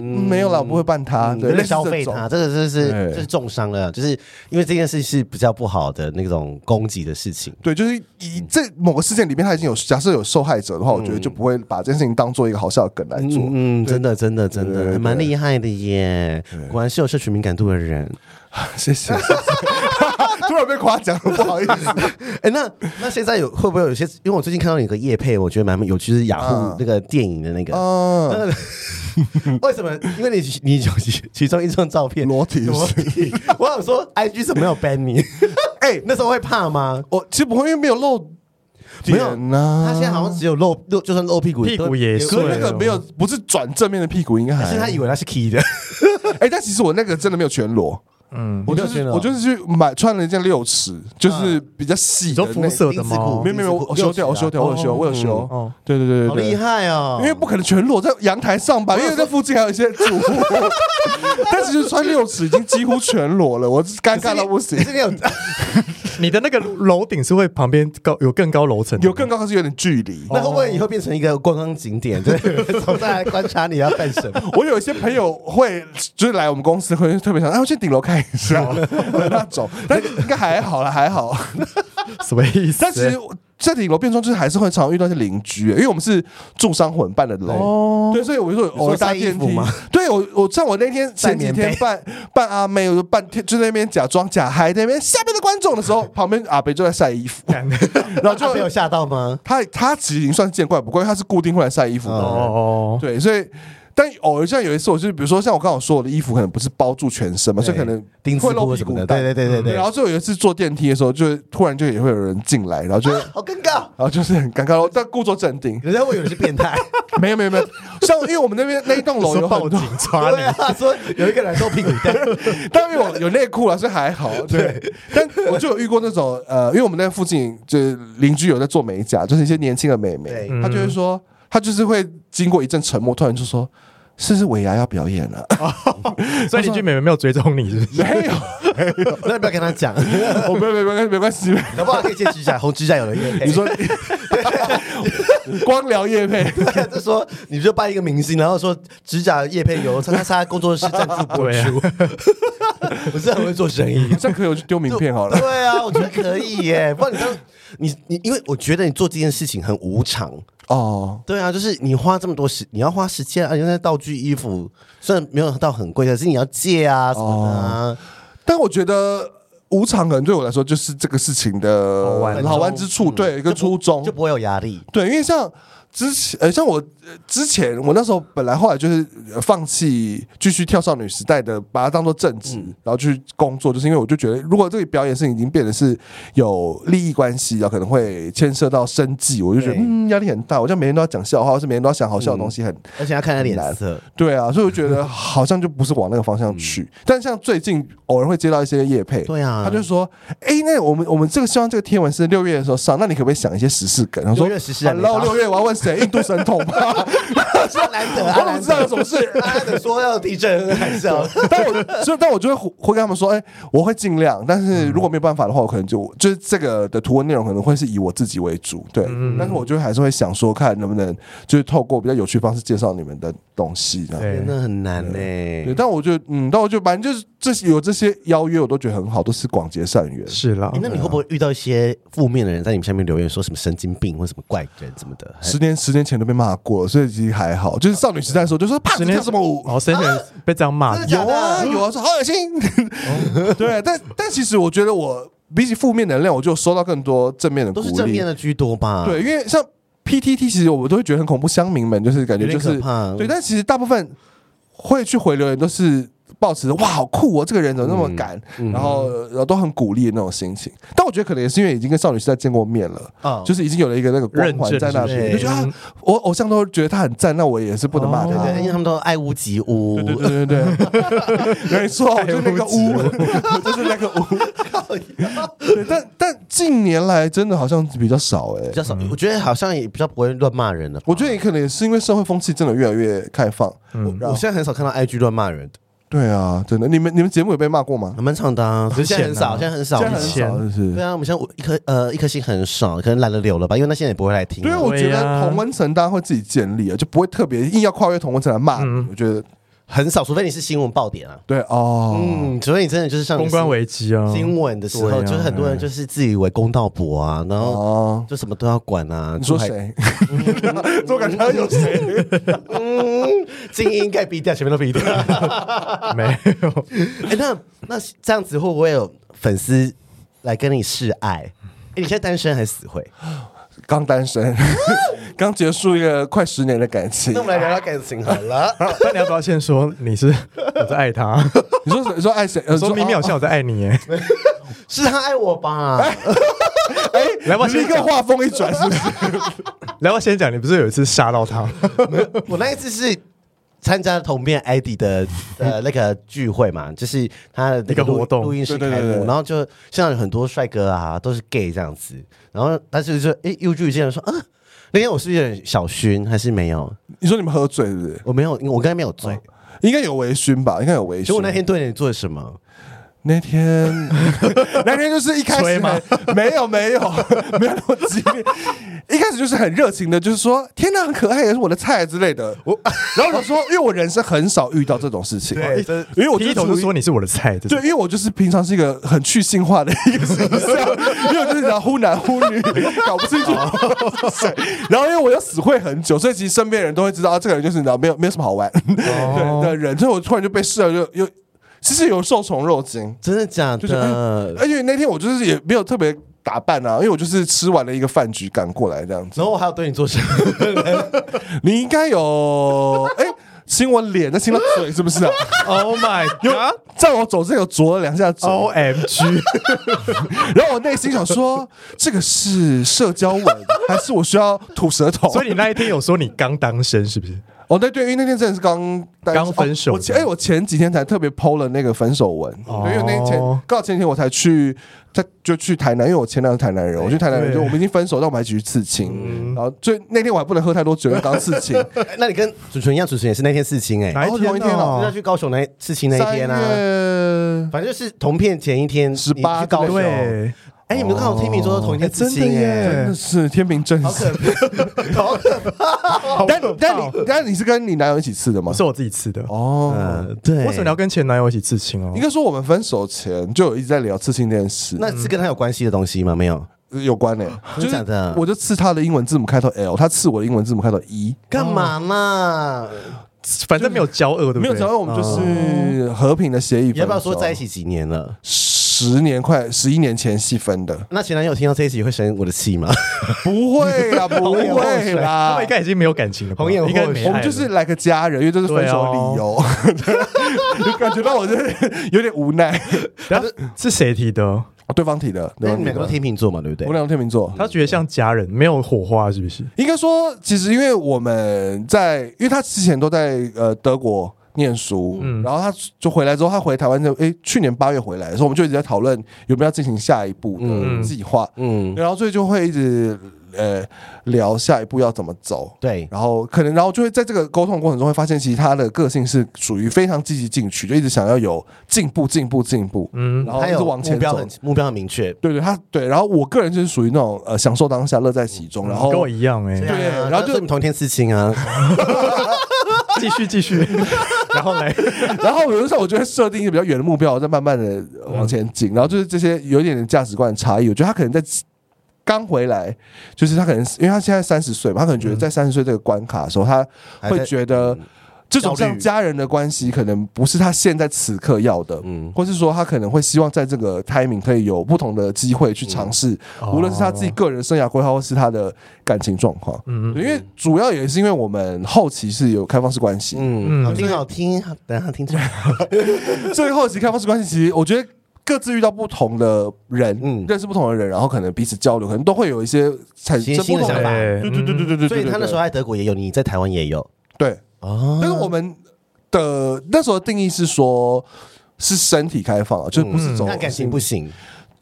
[SPEAKER 3] 嗯没有啦，我不会办他，
[SPEAKER 2] 嗯
[SPEAKER 3] 对，
[SPEAKER 2] 有
[SPEAKER 3] 类
[SPEAKER 2] 点
[SPEAKER 3] 似
[SPEAKER 2] 消
[SPEAKER 3] 这
[SPEAKER 2] 费
[SPEAKER 3] 种哎
[SPEAKER 2] 他，这个真的是
[SPEAKER 3] 对
[SPEAKER 2] 这是重伤了，就是因为这件事是比较不好的那种攻击的事情。
[SPEAKER 3] 对，就是以
[SPEAKER 2] 嗯
[SPEAKER 3] 这某个事件里面，他已经有假设有受害者的话，我觉得就不会把这件事情当做一个好笑的梗来做。
[SPEAKER 2] 嗯，嗯真的，真的，真
[SPEAKER 3] 对对
[SPEAKER 2] 的，还蛮厉害的耶！果然是有社群敏感度的人。
[SPEAKER 3] 谢谢， 谢谢突然被夸奖了，不好意思。
[SPEAKER 2] 哎、那那现在有会不会有些？因为我最近看到有个叶配，我觉得蛮有趣，就是雅
[SPEAKER 3] 嗯
[SPEAKER 2] 虎那个电影的那个。
[SPEAKER 3] 嗯，
[SPEAKER 2] 为什么？因为你你有其其中一张照片
[SPEAKER 3] 裸体是不
[SPEAKER 2] 裸
[SPEAKER 3] 是
[SPEAKER 2] 体，我想说 IG 怎么没有 ban 你？ 哎、那时候会怕吗？
[SPEAKER 3] 我其实不会，因为没有露
[SPEAKER 2] 没有
[SPEAKER 3] 点呐。
[SPEAKER 2] 啊他现在好像只有露露，就算露屁股，
[SPEAKER 1] 屁股也
[SPEAKER 2] 是
[SPEAKER 1] 是
[SPEAKER 3] 所以那个没有，不是转正面的屁股，应该还
[SPEAKER 2] 是他以为他是 key 的，
[SPEAKER 3] 哎，但其实我那个真的没有全裸。嗯，我就
[SPEAKER 2] 你没有全
[SPEAKER 3] 是
[SPEAKER 2] 裸嗯
[SPEAKER 3] 我就是去买穿了一件六尺，就是比较细的
[SPEAKER 1] 都肤
[SPEAKER 3] 那
[SPEAKER 1] 色的
[SPEAKER 2] 丁字裤
[SPEAKER 1] 吗
[SPEAKER 3] 没？有没有，我我修掉
[SPEAKER 2] 啊
[SPEAKER 3] 我修掉我有修我有修
[SPEAKER 1] 哦，
[SPEAKER 3] 对对对对
[SPEAKER 2] 好
[SPEAKER 3] 对，
[SPEAKER 2] 厉害哦！
[SPEAKER 3] 因为不可能全裸在阳台上班，因为在附近还有一些住户。但其实穿六尺已经几乎全裸了，我尴尬到不行
[SPEAKER 2] 可。是你有，。
[SPEAKER 1] 你的那个 楼顶是会旁边高有更高楼层的吗，
[SPEAKER 3] 有更高，可是有点距离
[SPEAKER 2] 那会不会以后变成一个观光景点？对，从再来观察你要干什么。
[SPEAKER 3] 我有一些朋友会就是来我们公司，会特别想，哎，我去顶楼看一 下那种，但应该还好啦，还好。
[SPEAKER 1] 什么意思？
[SPEAKER 3] 但其实在顶楼变装，就是还是会常遇到一些邻居，因为我们是住商混办的楼，
[SPEAKER 1] 哦，
[SPEAKER 3] 对，所以我就
[SPEAKER 2] 说
[SPEAKER 3] 偶尔搭电
[SPEAKER 2] 晒衣服
[SPEAKER 3] 梯
[SPEAKER 2] 吗。
[SPEAKER 3] 对我，我像我那天前几
[SPEAKER 2] 晒棉
[SPEAKER 3] 天
[SPEAKER 2] 被
[SPEAKER 3] 扮扮阿妹，我就扮就在那边假装假嗨，在那边下面的观众的时候，旁边阿北就在晒 衣服，
[SPEAKER 1] 干
[SPEAKER 3] 然后
[SPEAKER 2] 他没有
[SPEAKER 3] 就
[SPEAKER 2] 吓到吗？
[SPEAKER 3] 他他其实已经算见怪不怪，因为他是固定会来晒衣服的人。
[SPEAKER 1] 哦，
[SPEAKER 3] 对，所以但偶尔像有一次，我就是比如说像我刚好说我的衣服可能不是包住全身嘛，所以可能
[SPEAKER 2] 钉
[SPEAKER 3] 会
[SPEAKER 2] 子
[SPEAKER 3] 露
[SPEAKER 2] 裤
[SPEAKER 3] 屁
[SPEAKER 2] 什
[SPEAKER 3] 股
[SPEAKER 2] 么的，
[SPEAKER 3] 蛋
[SPEAKER 2] 对对对对
[SPEAKER 3] 对，然
[SPEAKER 2] 对，
[SPEAKER 3] 后最后有一次坐电梯的时候，就突然就也会有人进来，然后就、
[SPEAKER 2] 好尴尬。。
[SPEAKER 3] 然后就是很尴尬咯，但故作镇定
[SPEAKER 2] 人家会以为是变态，
[SPEAKER 3] 没有没有没有，像因为我们那边那一栋楼
[SPEAKER 1] 说
[SPEAKER 3] 有
[SPEAKER 1] 报
[SPEAKER 3] 很多，
[SPEAKER 1] 警抓
[SPEAKER 2] 对
[SPEAKER 1] 你，
[SPEAKER 2] 啊，说有一个人露屁股蛋，
[SPEAKER 3] 但因为我有内裤了，所以还好。对，但我就有遇过那种呃，因为我们那附近就是邻居有在做美甲，就是一些年轻的美眉
[SPEAKER 2] 对，
[SPEAKER 3] 她就会说，她就是会经过一阵沉默，突然就说。是不是尾牙要表演了？
[SPEAKER 1] 所以邻居妹妹没有追踪你，是不是？
[SPEAKER 3] 没 有，
[SPEAKER 2] 那你不要跟他讲，
[SPEAKER 3] 我哦没有没有没有没关系，没关系
[SPEAKER 2] 搞不好可以借指甲，红指甲有了一个。
[SPEAKER 3] 你说 光聊夜 配，
[SPEAKER 2] 对啊，就说你就扮一个明星，然后说指甲叶配油，他他他工作室赞助播
[SPEAKER 1] 对啊
[SPEAKER 2] 出，我是很会做生意。
[SPEAKER 3] 这样可以我去丢名片 好了。
[SPEAKER 2] 对啊，我觉得可以耶。不然你 当你你，因为我觉得你做这件事情很无常。
[SPEAKER 3] 哦，
[SPEAKER 2] 对啊，就是你花这么多时，你要花时间啊，因为那道具、衣服虽然没有到很贵，可是你要借啊什么的啊。
[SPEAKER 3] 但我觉得无常可能对我来说就是这个事情的
[SPEAKER 1] 好玩
[SPEAKER 3] 好玩之处，对，一个初衷
[SPEAKER 2] 嗯就。不会有压力。
[SPEAKER 3] 对，因为像之前，呃，像我呃之前，我那时候本来后来就是呃放弃继续跳少女时代的，把它当做正职，
[SPEAKER 2] 嗯
[SPEAKER 3] 然后去工作，就是因为我就觉得，如果这个表演事情已经变得是有利益关系，然后可能会牵涉到生计，我就觉得
[SPEAKER 2] 对嗯
[SPEAKER 3] 嗯压力很大。我像每天都要讲笑话，或是每天都要想好笑的东西很，
[SPEAKER 2] 而且要看他脸 色，
[SPEAKER 3] 对啊，所以我觉得好像就不是往那个方向去。但像最近偶尔会接到一些业配，
[SPEAKER 2] 嗯对啊
[SPEAKER 3] 他就说：“哎、那我们我们这个希望这个贴文是六月的时候上，那你可不可以想一些时事梗？”然后说
[SPEAKER 2] 六月啊时事还没到
[SPEAKER 3] ：“Hello，六月我要问谁？印度神童吗？
[SPEAKER 2] 阿兰德，
[SPEAKER 3] 我
[SPEAKER 2] 阿
[SPEAKER 3] 怎么
[SPEAKER 2] 兰
[SPEAKER 3] 知道有
[SPEAKER 2] 德，
[SPEAKER 3] 什么事？”
[SPEAKER 2] 阿兰德啊说要地震还是要
[SPEAKER 3] 但我所以但我就会回回跟他们说，哎、我会尽量，但是如果没有办法的话，我可能就就是这个的图文内容可能会是以我自己为主，对。
[SPEAKER 2] 嗯
[SPEAKER 3] 但是我就还是会想说，看能不能就是透过比较有趣的方式介绍你们的东西，这样。
[SPEAKER 1] 对
[SPEAKER 2] 真的很难欸呢、
[SPEAKER 3] 对，但我就嗯，但我就反正就是这些有这些邀约，我都觉得很好，都是广结善缘。
[SPEAKER 1] 是啦哦
[SPEAKER 2] 欸，那你会不会遇到一些负面的人在你们下面留言，说什么神经病或什么怪人什么的？还
[SPEAKER 3] 十年十年前都被骂过了，所以其实还好。就是少女时代的时候，就说胖子跳什么舞，
[SPEAKER 1] 哦，生前被这样骂，
[SPEAKER 2] 真的假
[SPEAKER 3] 有
[SPEAKER 2] 的
[SPEAKER 3] 啊有啊，说好恶心。 对，但但其实我觉得我比起负面能量，我就收到更多正面的鼓
[SPEAKER 2] 都
[SPEAKER 3] 励。
[SPEAKER 2] 是正面的居多吧？
[SPEAKER 3] 对，因为像 PTT，其实我们都会觉得很恐怖，乡民们就是感觉就
[SPEAKER 2] 有
[SPEAKER 3] 是
[SPEAKER 2] 点可怕嗯
[SPEAKER 3] 对，但其实大部分会去回留言都是抱持着哇好酷哦，这个人怎么那么敢，
[SPEAKER 2] 嗯
[SPEAKER 3] 然后然后都很鼓励的那种心情。但我觉得可能也是因为已经跟少女时代见过面了。
[SPEAKER 2] 啊，
[SPEAKER 3] 就是已经有了一个那个光环
[SPEAKER 1] 认证
[SPEAKER 3] 在那
[SPEAKER 2] 是
[SPEAKER 3] 边，
[SPEAKER 2] 不
[SPEAKER 3] 就是觉得啊
[SPEAKER 1] 嗯，
[SPEAKER 3] 我偶像都觉得他很赞，那我也是不能骂
[SPEAKER 1] 哦
[SPEAKER 3] 他。
[SPEAKER 2] 对对，因为他们都爱屋及乌，
[SPEAKER 3] 对对对对对，没错，就是那个屋， 就是那个屋。对，但但近年来真的好像比较少哎、
[SPEAKER 2] 比较少。我觉得好像也比较不会乱骂人了吧。
[SPEAKER 3] 我觉得也可能也是因为社会风气真的越来越开放。
[SPEAKER 1] 嗯
[SPEAKER 2] 我现在很少看到 IG 乱骂人的，
[SPEAKER 3] 对啊，真的，你们你们节目有被骂过吗？
[SPEAKER 2] 还蛮常的啊，只是现在很少，
[SPEAKER 1] 之
[SPEAKER 2] 现在很少，
[SPEAKER 3] 现在很
[SPEAKER 1] 以
[SPEAKER 3] 少，
[SPEAKER 1] 前
[SPEAKER 3] 就是
[SPEAKER 2] 对。啊，我们现在一颗呃一颗星很少，可能懒得留了吧，因为那些人也不会来听
[SPEAKER 3] 对啊，
[SPEAKER 2] 了。
[SPEAKER 3] 我觉
[SPEAKER 1] 对
[SPEAKER 3] 得
[SPEAKER 1] 啊
[SPEAKER 3] 同温层大家会自己建立啊，就不会特别硬要跨越同温层来骂你。
[SPEAKER 1] 嗯
[SPEAKER 3] 我觉得
[SPEAKER 2] 很少，除非你是新闻爆点啊，
[SPEAKER 3] 对哦，
[SPEAKER 2] 嗯，除非你真的就是上
[SPEAKER 1] 公关危机啊，
[SPEAKER 2] 新闻的时候，
[SPEAKER 1] 对啊
[SPEAKER 2] 就是很多人就是自以为公道博啊，然后
[SPEAKER 3] 哦，
[SPEAKER 2] 就什么都要管啊。
[SPEAKER 3] 你说
[SPEAKER 2] 出海？
[SPEAKER 3] 谁？ 这我感觉好像有谁？
[SPEAKER 2] 嗯，精英该逼掉，前面都逼 掉。
[SPEAKER 1] 没有，
[SPEAKER 2] 哎、那那这样子会不会有粉丝来跟你示爱？哎、你现在单身还是死会？
[SPEAKER 3] 刚单身，刚结束一个快十年的感 情
[SPEAKER 2] 那我。们来聊聊感情好了。
[SPEAKER 1] 但你要不要先说你是 我在爱他？
[SPEAKER 3] 你说谁你说啊爱谁？
[SPEAKER 1] 说明明好像我在爱你耶，
[SPEAKER 2] 是他爱我吧？
[SPEAKER 3] 哎，
[SPEAKER 1] 来吧
[SPEAKER 3] 你一
[SPEAKER 1] 先
[SPEAKER 3] 个
[SPEAKER 1] 讲
[SPEAKER 3] 话风一转，是不是？
[SPEAKER 1] 来我先讲，你不是有一次杀到他？
[SPEAKER 2] 我那一次是参加同变 ID 的 呃那个聚会嘛，就是他的那
[SPEAKER 1] 一个
[SPEAKER 2] 录
[SPEAKER 1] 活动
[SPEAKER 2] 录音室
[SPEAKER 3] 对对
[SPEAKER 2] 开
[SPEAKER 3] 对对
[SPEAKER 2] 幕，然后就现场有很多帅哥啊，都是 gay 这样子，然后但是就哎，又就有些人说啊。那天我是不是有点小熏，还是没有？
[SPEAKER 3] 你说你们喝醉是不是？哦
[SPEAKER 2] 我没有，我刚才没有醉。
[SPEAKER 3] 应该有微醺吧？应该有微醺。
[SPEAKER 2] 结果那天对你做了什么？
[SPEAKER 3] 那 天，那天就是一开
[SPEAKER 1] 吹
[SPEAKER 3] 始
[SPEAKER 1] 吗
[SPEAKER 3] 很没有没有 没有那么激烈，一开始就是很热情的，就是说天哪，很可爱，也是我的菜之类的。我然后我说，因为我人生很少遇到这种事 情，
[SPEAKER 1] 对，
[SPEAKER 3] 因为我
[SPEAKER 1] 劈
[SPEAKER 3] 就
[SPEAKER 1] 头
[SPEAKER 3] 处
[SPEAKER 1] 就
[SPEAKER 3] 于
[SPEAKER 1] 说你是我的菜，这
[SPEAKER 3] 对，
[SPEAKER 1] 种
[SPEAKER 3] 因为我就是平常是一个很去性化的一个形 象，因为我就是讲忽男忽女，搞不清楚
[SPEAKER 1] 哦
[SPEAKER 3] 我是谁。 然后因为我又死会很久，所以其实身边人都会知道、啊、这个人就是你知道没有没有什么好玩、
[SPEAKER 1] 哦
[SPEAKER 3] 对的人，所以我突然就被试了，就又其实有受宠若惊，
[SPEAKER 2] 真的假
[SPEAKER 3] 就是哎
[SPEAKER 2] 的？
[SPEAKER 3] 而且那天我就是也没有特别打扮啊，因为我就是吃完了一个饭局赶过来这样子。
[SPEAKER 2] 然后我还要对你做什么？
[SPEAKER 3] 你应该有 哎。亲我脸，再亲我嘴，是不是啊？
[SPEAKER 1] ，Oh my
[SPEAKER 3] 有
[SPEAKER 1] God，
[SPEAKER 3] 在我走之前有啄了两下嘴
[SPEAKER 1] O M G！
[SPEAKER 3] 然后我内心想说，这个是社交吻，还是我需要吐舌 头？啊
[SPEAKER 1] 所以你那一天有说你刚当生是不是？
[SPEAKER 3] 哦，对对，因为那天真的是刚单
[SPEAKER 1] 刚分手
[SPEAKER 3] 哦我前哎，我前几天才特别 PO 了那个分手文，
[SPEAKER 1] 哦
[SPEAKER 3] 对因为那天刚好前几天我才去，在就去台南，因为我前男友是台南人，我去台南人
[SPEAKER 1] 对
[SPEAKER 3] 就我们已经分手，但我们还继续刺
[SPEAKER 2] 嗯
[SPEAKER 3] 青，然后所以那天我还不能喝太多酒，因为刚刺青，
[SPEAKER 2] 那你跟主持人一样，主持人也是那天事情哎、
[SPEAKER 1] 哪一
[SPEAKER 3] 哦同一
[SPEAKER 1] 天
[SPEAKER 3] 天
[SPEAKER 2] 就是要
[SPEAKER 1] 啊？
[SPEAKER 2] 去高雄那事 情那一天
[SPEAKER 3] 三
[SPEAKER 2] 啊，
[SPEAKER 3] 月
[SPEAKER 2] 反正就是同片前一天，
[SPEAKER 3] 18
[SPEAKER 2] 你去高雄。哎、
[SPEAKER 1] 对，
[SPEAKER 2] 你们刚好听你说同一天事情哎、
[SPEAKER 3] 哦真的是天平真实。
[SPEAKER 2] 好 可
[SPEAKER 3] 但但你但你是跟你男友一起刺的吗
[SPEAKER 1] 不？是我自己吃的
[SPEAKER 3] 哦，
[SPEAKER 2] 怕，对。
[SPEAKER 1] 为什么你要跟前男友一起刺青哦
[SPEAKER 3] 应？该说我们分手前就有一直在聊刺青这件事。
[SPEAKER 2] 那是跟他有关系的东西吗？没有，
[SPEAKER 3] 有关呢、欸，嗯就
[SPEAKER 2] 真的假嗯
[SPEAKER 3] 是
[SPEAKER 2] 的
[SPEAKER 3] 我就刺他的英文字母开头 L，他刺我的英文字母开头 E，
[SPEAKER 2] 干嘛呢？
[SPEAKER 1] 反正没有交恶，对哦不对？
[SPEAKER 3] 没有，只要我们就是和平的协议分手。
[SPEAKER 2] 你要不要说在一起几年了？
[SPEAKER 3] 十年快十一年前细 分的？
[SPEAKER 2] 那前男友听到这一集会生我的气 吗？
[SPEAKER 3] 不会啦， 不会
[SPEAKER 1] 他
[SPEAKER 3] 啦
[SPEAKER 1] 们应，该已经没有感情了吧，
[SPEAKER 2] 红颜
[SPEAKER 1] 应该
[SPEAKER 2] 祸水
[SPEAKER 1] 没
[SPEAKER 3] 我
[SPEAKER 1] 爱了
[SPEAKER 3] 们就是来个家人，因为这是分手理由。你
[SPEAKER 2] 啊
[SPEAKER 3] 感觉到我是有点无奈。
[SPEAKER 1] 然后是谁提的？
[SPEAKER 3] 哦对方提的，
[SPEAKER 2] 那
[SPEAKER 3] 对方
[SPEAKER 2] 哎你们
[SPEAKER 3] 提
[SPEAKER 2] 两个
[SPEAKER 3] 的
[SPEAKER 2] 都天秤座嘛，对不对
[SPEAKER 3] 我？两个天秤座，
[SPEAKER 1] 他觉得像家人，没有火花，是不是？
[SPEAKER 3] 应该说，其实因为我们在，因为他之前都在呃德国念书，
[SPEAKER 2] 嗯
[SPEAKER 3] 然后他就回来之后，他回台湾之后，诶，去年八月回来的时候，我们就一直在讨论有没有要进行下一步的
[SPEAKER 1] 嗯
[SPEAKER 3] 计划，
[SPEAKER 2] 嗯，
[SPEAKER 3] 然后所以就会一直呃聊下一步要怎么走。
[SPEAKER 2] 对，
[SPEAKER 3] 然后可能，然后就会在这个沟通过程中会发现，其实他的个性是属于非常积极进取，就一直想要有进步、进步、进步，嗯，然后
[SPEAKER 2] 他
[SPEAKER 3] 一直
[SPEAKER 2] 有
[SPEAKER 3] 往前
[SPEAKER 2] 目标
[SPEAKER 3] 走
[SPEAKER 2] 很。目标很明确，
[SPEAKER 3] 对对，他对，然后我个人就是属于那种呃享受当下、乐在其
[SPEAKER 2] 嗯
[SPEAKER 3] 中，然后
[SPEAKER 1] 跟我一样哎，
[SPEAKER 3] 对
[SPEAKER 2] 啊
[SPEAKER 3] 然后就
[SPEAKER 2] 所以你们同一天刺青啊，
[SPEAKER 1] 继续继 续，然后嘞，
[SPEAKER 3] 然后有的时候我就会设定一个比较远的目标，我再慢慢的往前
[SPEAKER 2] 嗯
[SPEAKER 3] 进。然后就是这些有一点点价值观的差异，我觉得他可能在刚回来，就是他可能因为他现在三十岁嘛，他可能觉得在三十岁这个关卡的时候，他
[SPEAKER 2] 还
[SPEAKER 3] 会
[SPEAKER 2] 在
[SPEAKER 3] 觉得这种
[SPEAKER 2] 焦虑
[SPEAKER 3] 像家人的关系，可能不是他现在此刻要的，嗯，或是说他可能会希望在这个 timing 可以有不同的机会去尝试，
[SPEAKER 1] 嗯
[SPEAKER 3] 无论是他自己个人生涯规划，或是他的感情状况，嗯，因为主要也是因为我们后期是有开放式关系，
[SPEAKER 2] 嗯，好听好听，等一下听出来，
[SPEAKER 3] 最后期开放式关系，其实我觉得各自遇到不同的人，
[SPEAKER 2] 嗯
[SPEAKER 3] 认识不同的人，然后可能彼此交流，可能都会有一些产生
[SPEAKER 2] 新新
[SPEAKER 3] 不
[SPEAKER 2] 的
[SPEAKER 3] 同
[SPEAKER 2] 想法。
[SPEAKER 1] 对
[SPEAKER 3] 对对对对对对，
[SPEAKER 2] 所以他那时候在德国也有，你在台湾也有
[SPEAKER 3] 对对，
[SPEAKER 2] 哦
[SPEAKER 3] 但是我们的那时候的定义是说。是身体开放啊，就是不是走、
[SPEAKER 2] 嗯那感情不行，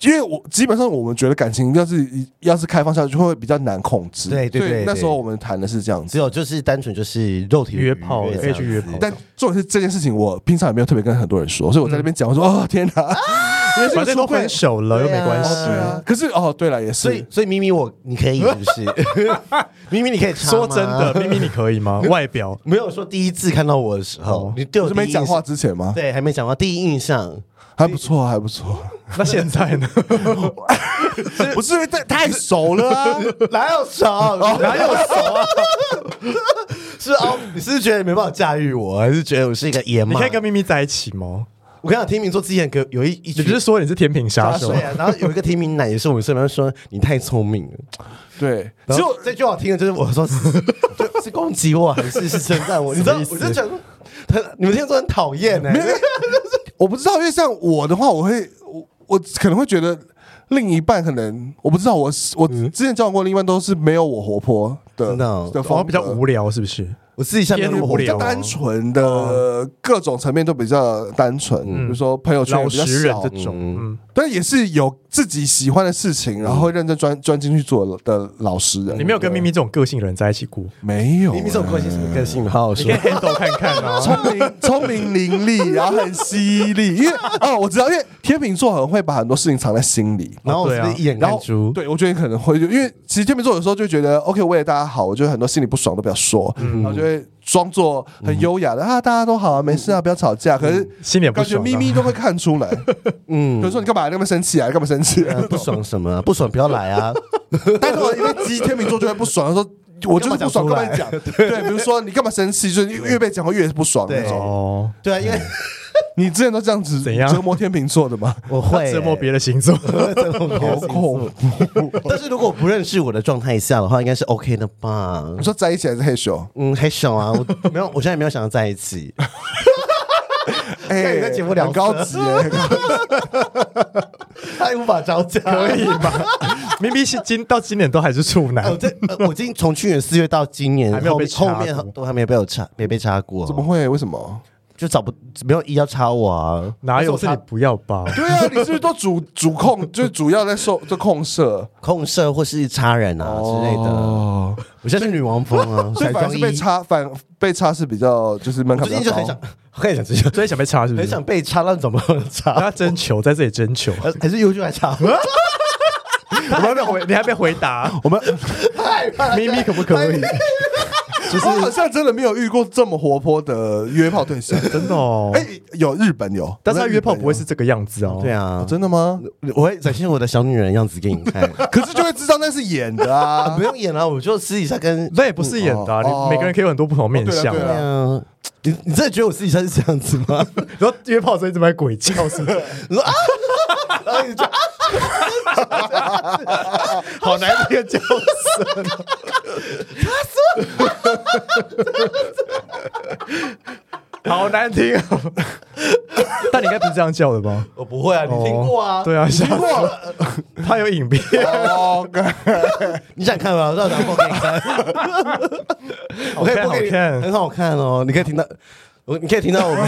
[SPEAKER 3] 因为我基本上我们觉得感情要是要是开放下去会比较难控制，
[SPEAKER 2] 对对
[SPEAKER 3] 所以
[SPEAKER 2] 对
[SPEAKER 3] 那
[SPEAKER 2] 对
[SPEAKER 3] 时候我们谈的是这样子，
[SPEAKER 2] 只有就是单纯就是肉体的
[SPEAKER 1] 约炮
[SPEAKER 2] 愉悦
[SPEAKER 1] 可以去约炮
[SPEAKER 2] 这样子
[SPEAKER 3] 但重点是这件事情我平常也没有特别跟很多人说，所以我在那边讲我说、哦天哪，因为这个
[SPEAKER 1] 反正都
[SPEAKER 3] 出柜
[SPEAKER 1] 分手了又没关系
[SPEAKER 3] 哦，对啊，可是哦对了也是，
[SPEAKER 2] 所以所以咪咪我你可以是不 是？咪咪你可以插吗
[SPEAKER 1] 说真的，咪咪你可以 吗？外表
[SPEAKER 2] 没有说第一次看到我的时候，你哦对我
[SPEAKER 3] 我是没
[SPEAKER 2] 第一印
[SPEAKER 3] 讲
[SPEAKER 2] 象
[SPEAKER 3] 话，之前吗？
[SPEAKER 2] 对，还没讲话，第一印象
[SPEAKER 3] 还不错，还不错，
[SPEAKER 1] 那现在 呢？
[SPEAKER 3] 不是因为太太熟了啊。
[SPEAKER 2] 哪有熟，哪有熟啊？ 是哦，你是不是觉得你没办法驾驭我，还是觉得我是一个野
[SPEAKER 1] 你
[SPEAKER 2] 马？
[SPEAKER 1] 可以跟咪咪在一起吗？
[SPEAKER 2] 我跟你讲，天秤座之前有有一一
[SPEAKER 1] 你
[SPEAKER 2] 群
[SPEAKER 1] 不是说你是甜品杀手
[SPEAKER 2] 对？啊，然后有一个天秤男也是我们身边说你太聪明了，
[SPEAKER 3] 对，
[SPEAKER 2] 然
[SPEAKER 3] 只
[SPEAKER 2] 后
[SPEAKER 3] 有
[SPEAKER 2] 这句话我听了就是我说 是就是攻击我还是是称赞我， 你知道，
[SPEAKER 1] 什么意
[SPEAKER 2] 我
[SPEAKER 1] 思
[SPEAKER 2] 就觉得他你们天秤座很讨厌哎，
[SPEAKER 3] 我不知道，因为像我的话，我会我我可能会觉得另一半可能我不知道，我我之前交往过的另一半都是没有我活泼的
[SPEAKER 2] 真的哦
[SPEAKER 3] 的
[SPEAKER 1] 然后
[SPEAKER 3] 风
[SPEAKER 1] 比较
[SPEAKER 3] 格
[SPEAKER 1] 无聊，是不是？
[SPEAKER 2] 我私底下没有那么
[SPEAKER 1] 偏无
[SPEAKER 2] 火
[SPEAKER 1] 聊
[SPEAKER 2] 大
[SPEAKER 3] 较单纯的各种层面都比较单纯，比如说朋友圈也
[SPEAKER 1] 老
[SPEAKER 3] 比较
[SPEAKER 1] 实人
[SPEAKER 3] 小
[SPEAKER 1] 这，种，嗯，
[SPEAKER 3] 但也是有自己喜欢的事情，然后认真专专精去做的老实人。
[SPEAKER 1] 嗯你没有跟咪咪这种个性的人在一起过，
[SPEAKER 2] 嗯
[SPEAKER 3] 没有
[SPEAKER 2] 明明这种关系什么个性？好好
[SPEAKER 1] 你
[SPEAKER 2] 说
[SPEAKER 1] 可以 handle 看看 啊。
[SPEAKER 3] 聪明、聪明伶俐，然后很犀利。因为哦，我知道，因为天秤座很会把很多事情藏在心里。
[SPEAKER 2] 然后我是不是一眼看
[SPEAKER 3] 然后
[SPEAKER 2] 出，
[SPEAKER 3] 对我觉得你可能会就，因为其实天秤座有时候就觉得，OK，为了大家好，我就很多心里不爽都不要说，然后就会装作很优雅的啊，大家都好啊，没事啊，不要吵架。可是
[SPEAKER 1] 心里也不
[SPEAKER 3] 感觉
[SPEAKER 1] 爽，
[SPEAKER 3] 咪咪都会看出来，
[SPEAKER 2] 嗯
[SPEAKER 3] 比如，说你干嘛那么生气啊，你干嘛生气、啊
[SPEAKER 2] 呃？不爽什么啊？不爽不要来啊！
[SPEAKER 3] 但是我因为鸡天秤座就会不爽，说。我就是不爽，
[SPEAKER 2] 干
[SPEAKER 3] 干
[SPEAKER 2] 嘛
[SPEAKER 3] 嘛讲？对，比如说你干嘛生气，就是越被讲会越不爽那
[SPEAKER 2] 对
[SPEAKER 3] 种。
[SPEAKER 1] 哦，
[SPEAKER 2] 对啊，因为
[SPEAKER 3] 你之前都这样子
[SPEAKER 1] 怎样
[SPEAKER 3] 折磨天秤座的吗？
[SPEAKER 2] 我会
[SPEAKER 1] 折磨 别的星座，
[SPEAKER 2] 人，折磨别
[SPEAKER 3] 好
[SPEAKER 2] 人
[SPEAKER 3] 恐怖！
[SPEAKER 2] 但是如果我不认识我的状态下的话，应该是 OK 的吧？
[SPEAKER 3] 你说在一起还是害羞？
[SPEAKER 2] 嗯，还小啊，我没有，我现在没有想要在一起。
[SPEAKER 3] 哎
[SPEAKER 2] 你在节目聊
[SPEAKER 3] 很高级 耶，
[SPEAKER 2] 太无法招架，可以 吗？
[SPEAKER 1] 咪咪是今到今年都还是处男，
[SPEAKER 2] 我这呃我已经从去年四月到今年，
[SPEAKER 1] 还没有
[SPEAKER 2] 后面
[SPEAKER 1] 被插过
[SPEAKER 2] 后面都还没有被我插，没被插过，
[SPEAKER 3] 怎么会？为什么？
[SPEAKER 2] 就找不没有一要插我啊？
[SPEAKER 1] 哪有是你不要吧？
[SPEAKER 3] 对啊，你是不是都主主控，就是主要在受这控射
[SPEAKER 2] 控射或是插人啊之类的？
[SPEAKER 3] 哦，
[SPEAKER 2] 我现在是女王风啊，
[SPEAKER 3] 所以
[SPEAKER 2] 彩
[SPEAKER 3] 反而
[SPEAKER 2] 妆
[SPEAKER 3] 是
[SPEAKER 2] 衣
[SPEAKER 3] 被。插，反被插是比较就是门
[SPEAKER 2] 我
[SPEAKER 3] 槛
[SPEAKER 2] 最
[SPEAKER 3] 比
[SPEAKER 2] 近就
[SPEAKER 3] 较
[SPEAKER 2] 很
[SPEAKER 3] 高
[SPEAKER 2] 想。，很想直接
[SPEAKER 1] 所以想被插是不
[SPEAKER 2] 很
[SPEAKER 1] 是？
[SPEAKER 2] 想被插，但怎么插？
[SPEAKER 1] 他征求在这里征 求，
[SPEAKER 2] 还还是 YouTube 来插？
[SPEAKER 1] 我还没回，你还没回答，
[SPEAKER 2] 我们 哎
[SPEAKER 1] 咪咪可不可 以？
[SPEAKER 3] 就是我好像真的没有遇过这么活泼的约炮对象。
[SPEAKER 1] 真的哦，
[SPEAKER 3] 哎，有日本有，
[SPEAKER 1] 但是他约炮不会
[SPEAKER 3] 日
[SPEAKER 1] 是这个样子哦。
[SPEAKER 2] 对啊
[SPEAKER 3] 本有，，真的吗？
[SPEAKER 2] 我会展现我的小女人样子给你看。
[SPEAKER 3] 可是就会知道那是演的啊
[SPEAKER 2] 不。用演了，我就私底下跟
[SPEAKER 1] 那也不是演的啊，
[SPEAKER 3] 嗯哦
[SPEAKER 1] 你每个人可以有很多不同面相
[SPEAKER 3] 哦对啊对
[SPEAKER 2] 对
[SPEAKER 1] 啊。
[SPEAKER 3] 啊
[SPEAKER 2] 啊，你你真的觉得我私底下是这样子吗？
[SPEAKER 1] 然后约炮所以怎么在鬼叫是不是？
[SPEAKER 2] 然后你就啊，
[SPEAKER 1] 好难听的啊叫声。他说，好难听哦。但你应该不是这样叫的吧？
[SPEAKER 2] 我不会啊，你听过啊？
[SPEAKER 1] 对啊，听过。他有影片，
[SPEAKER 3] 哦，干
[SPEAKER 2] 你想看吗？让我播给你看，我可以播给
[SPEAKER 1] 好
[SPEAKER 2] 你
[SPEAKER 1] 看
[SPEAKER 2] 很好看哦。你可以听到，我你可以听到我们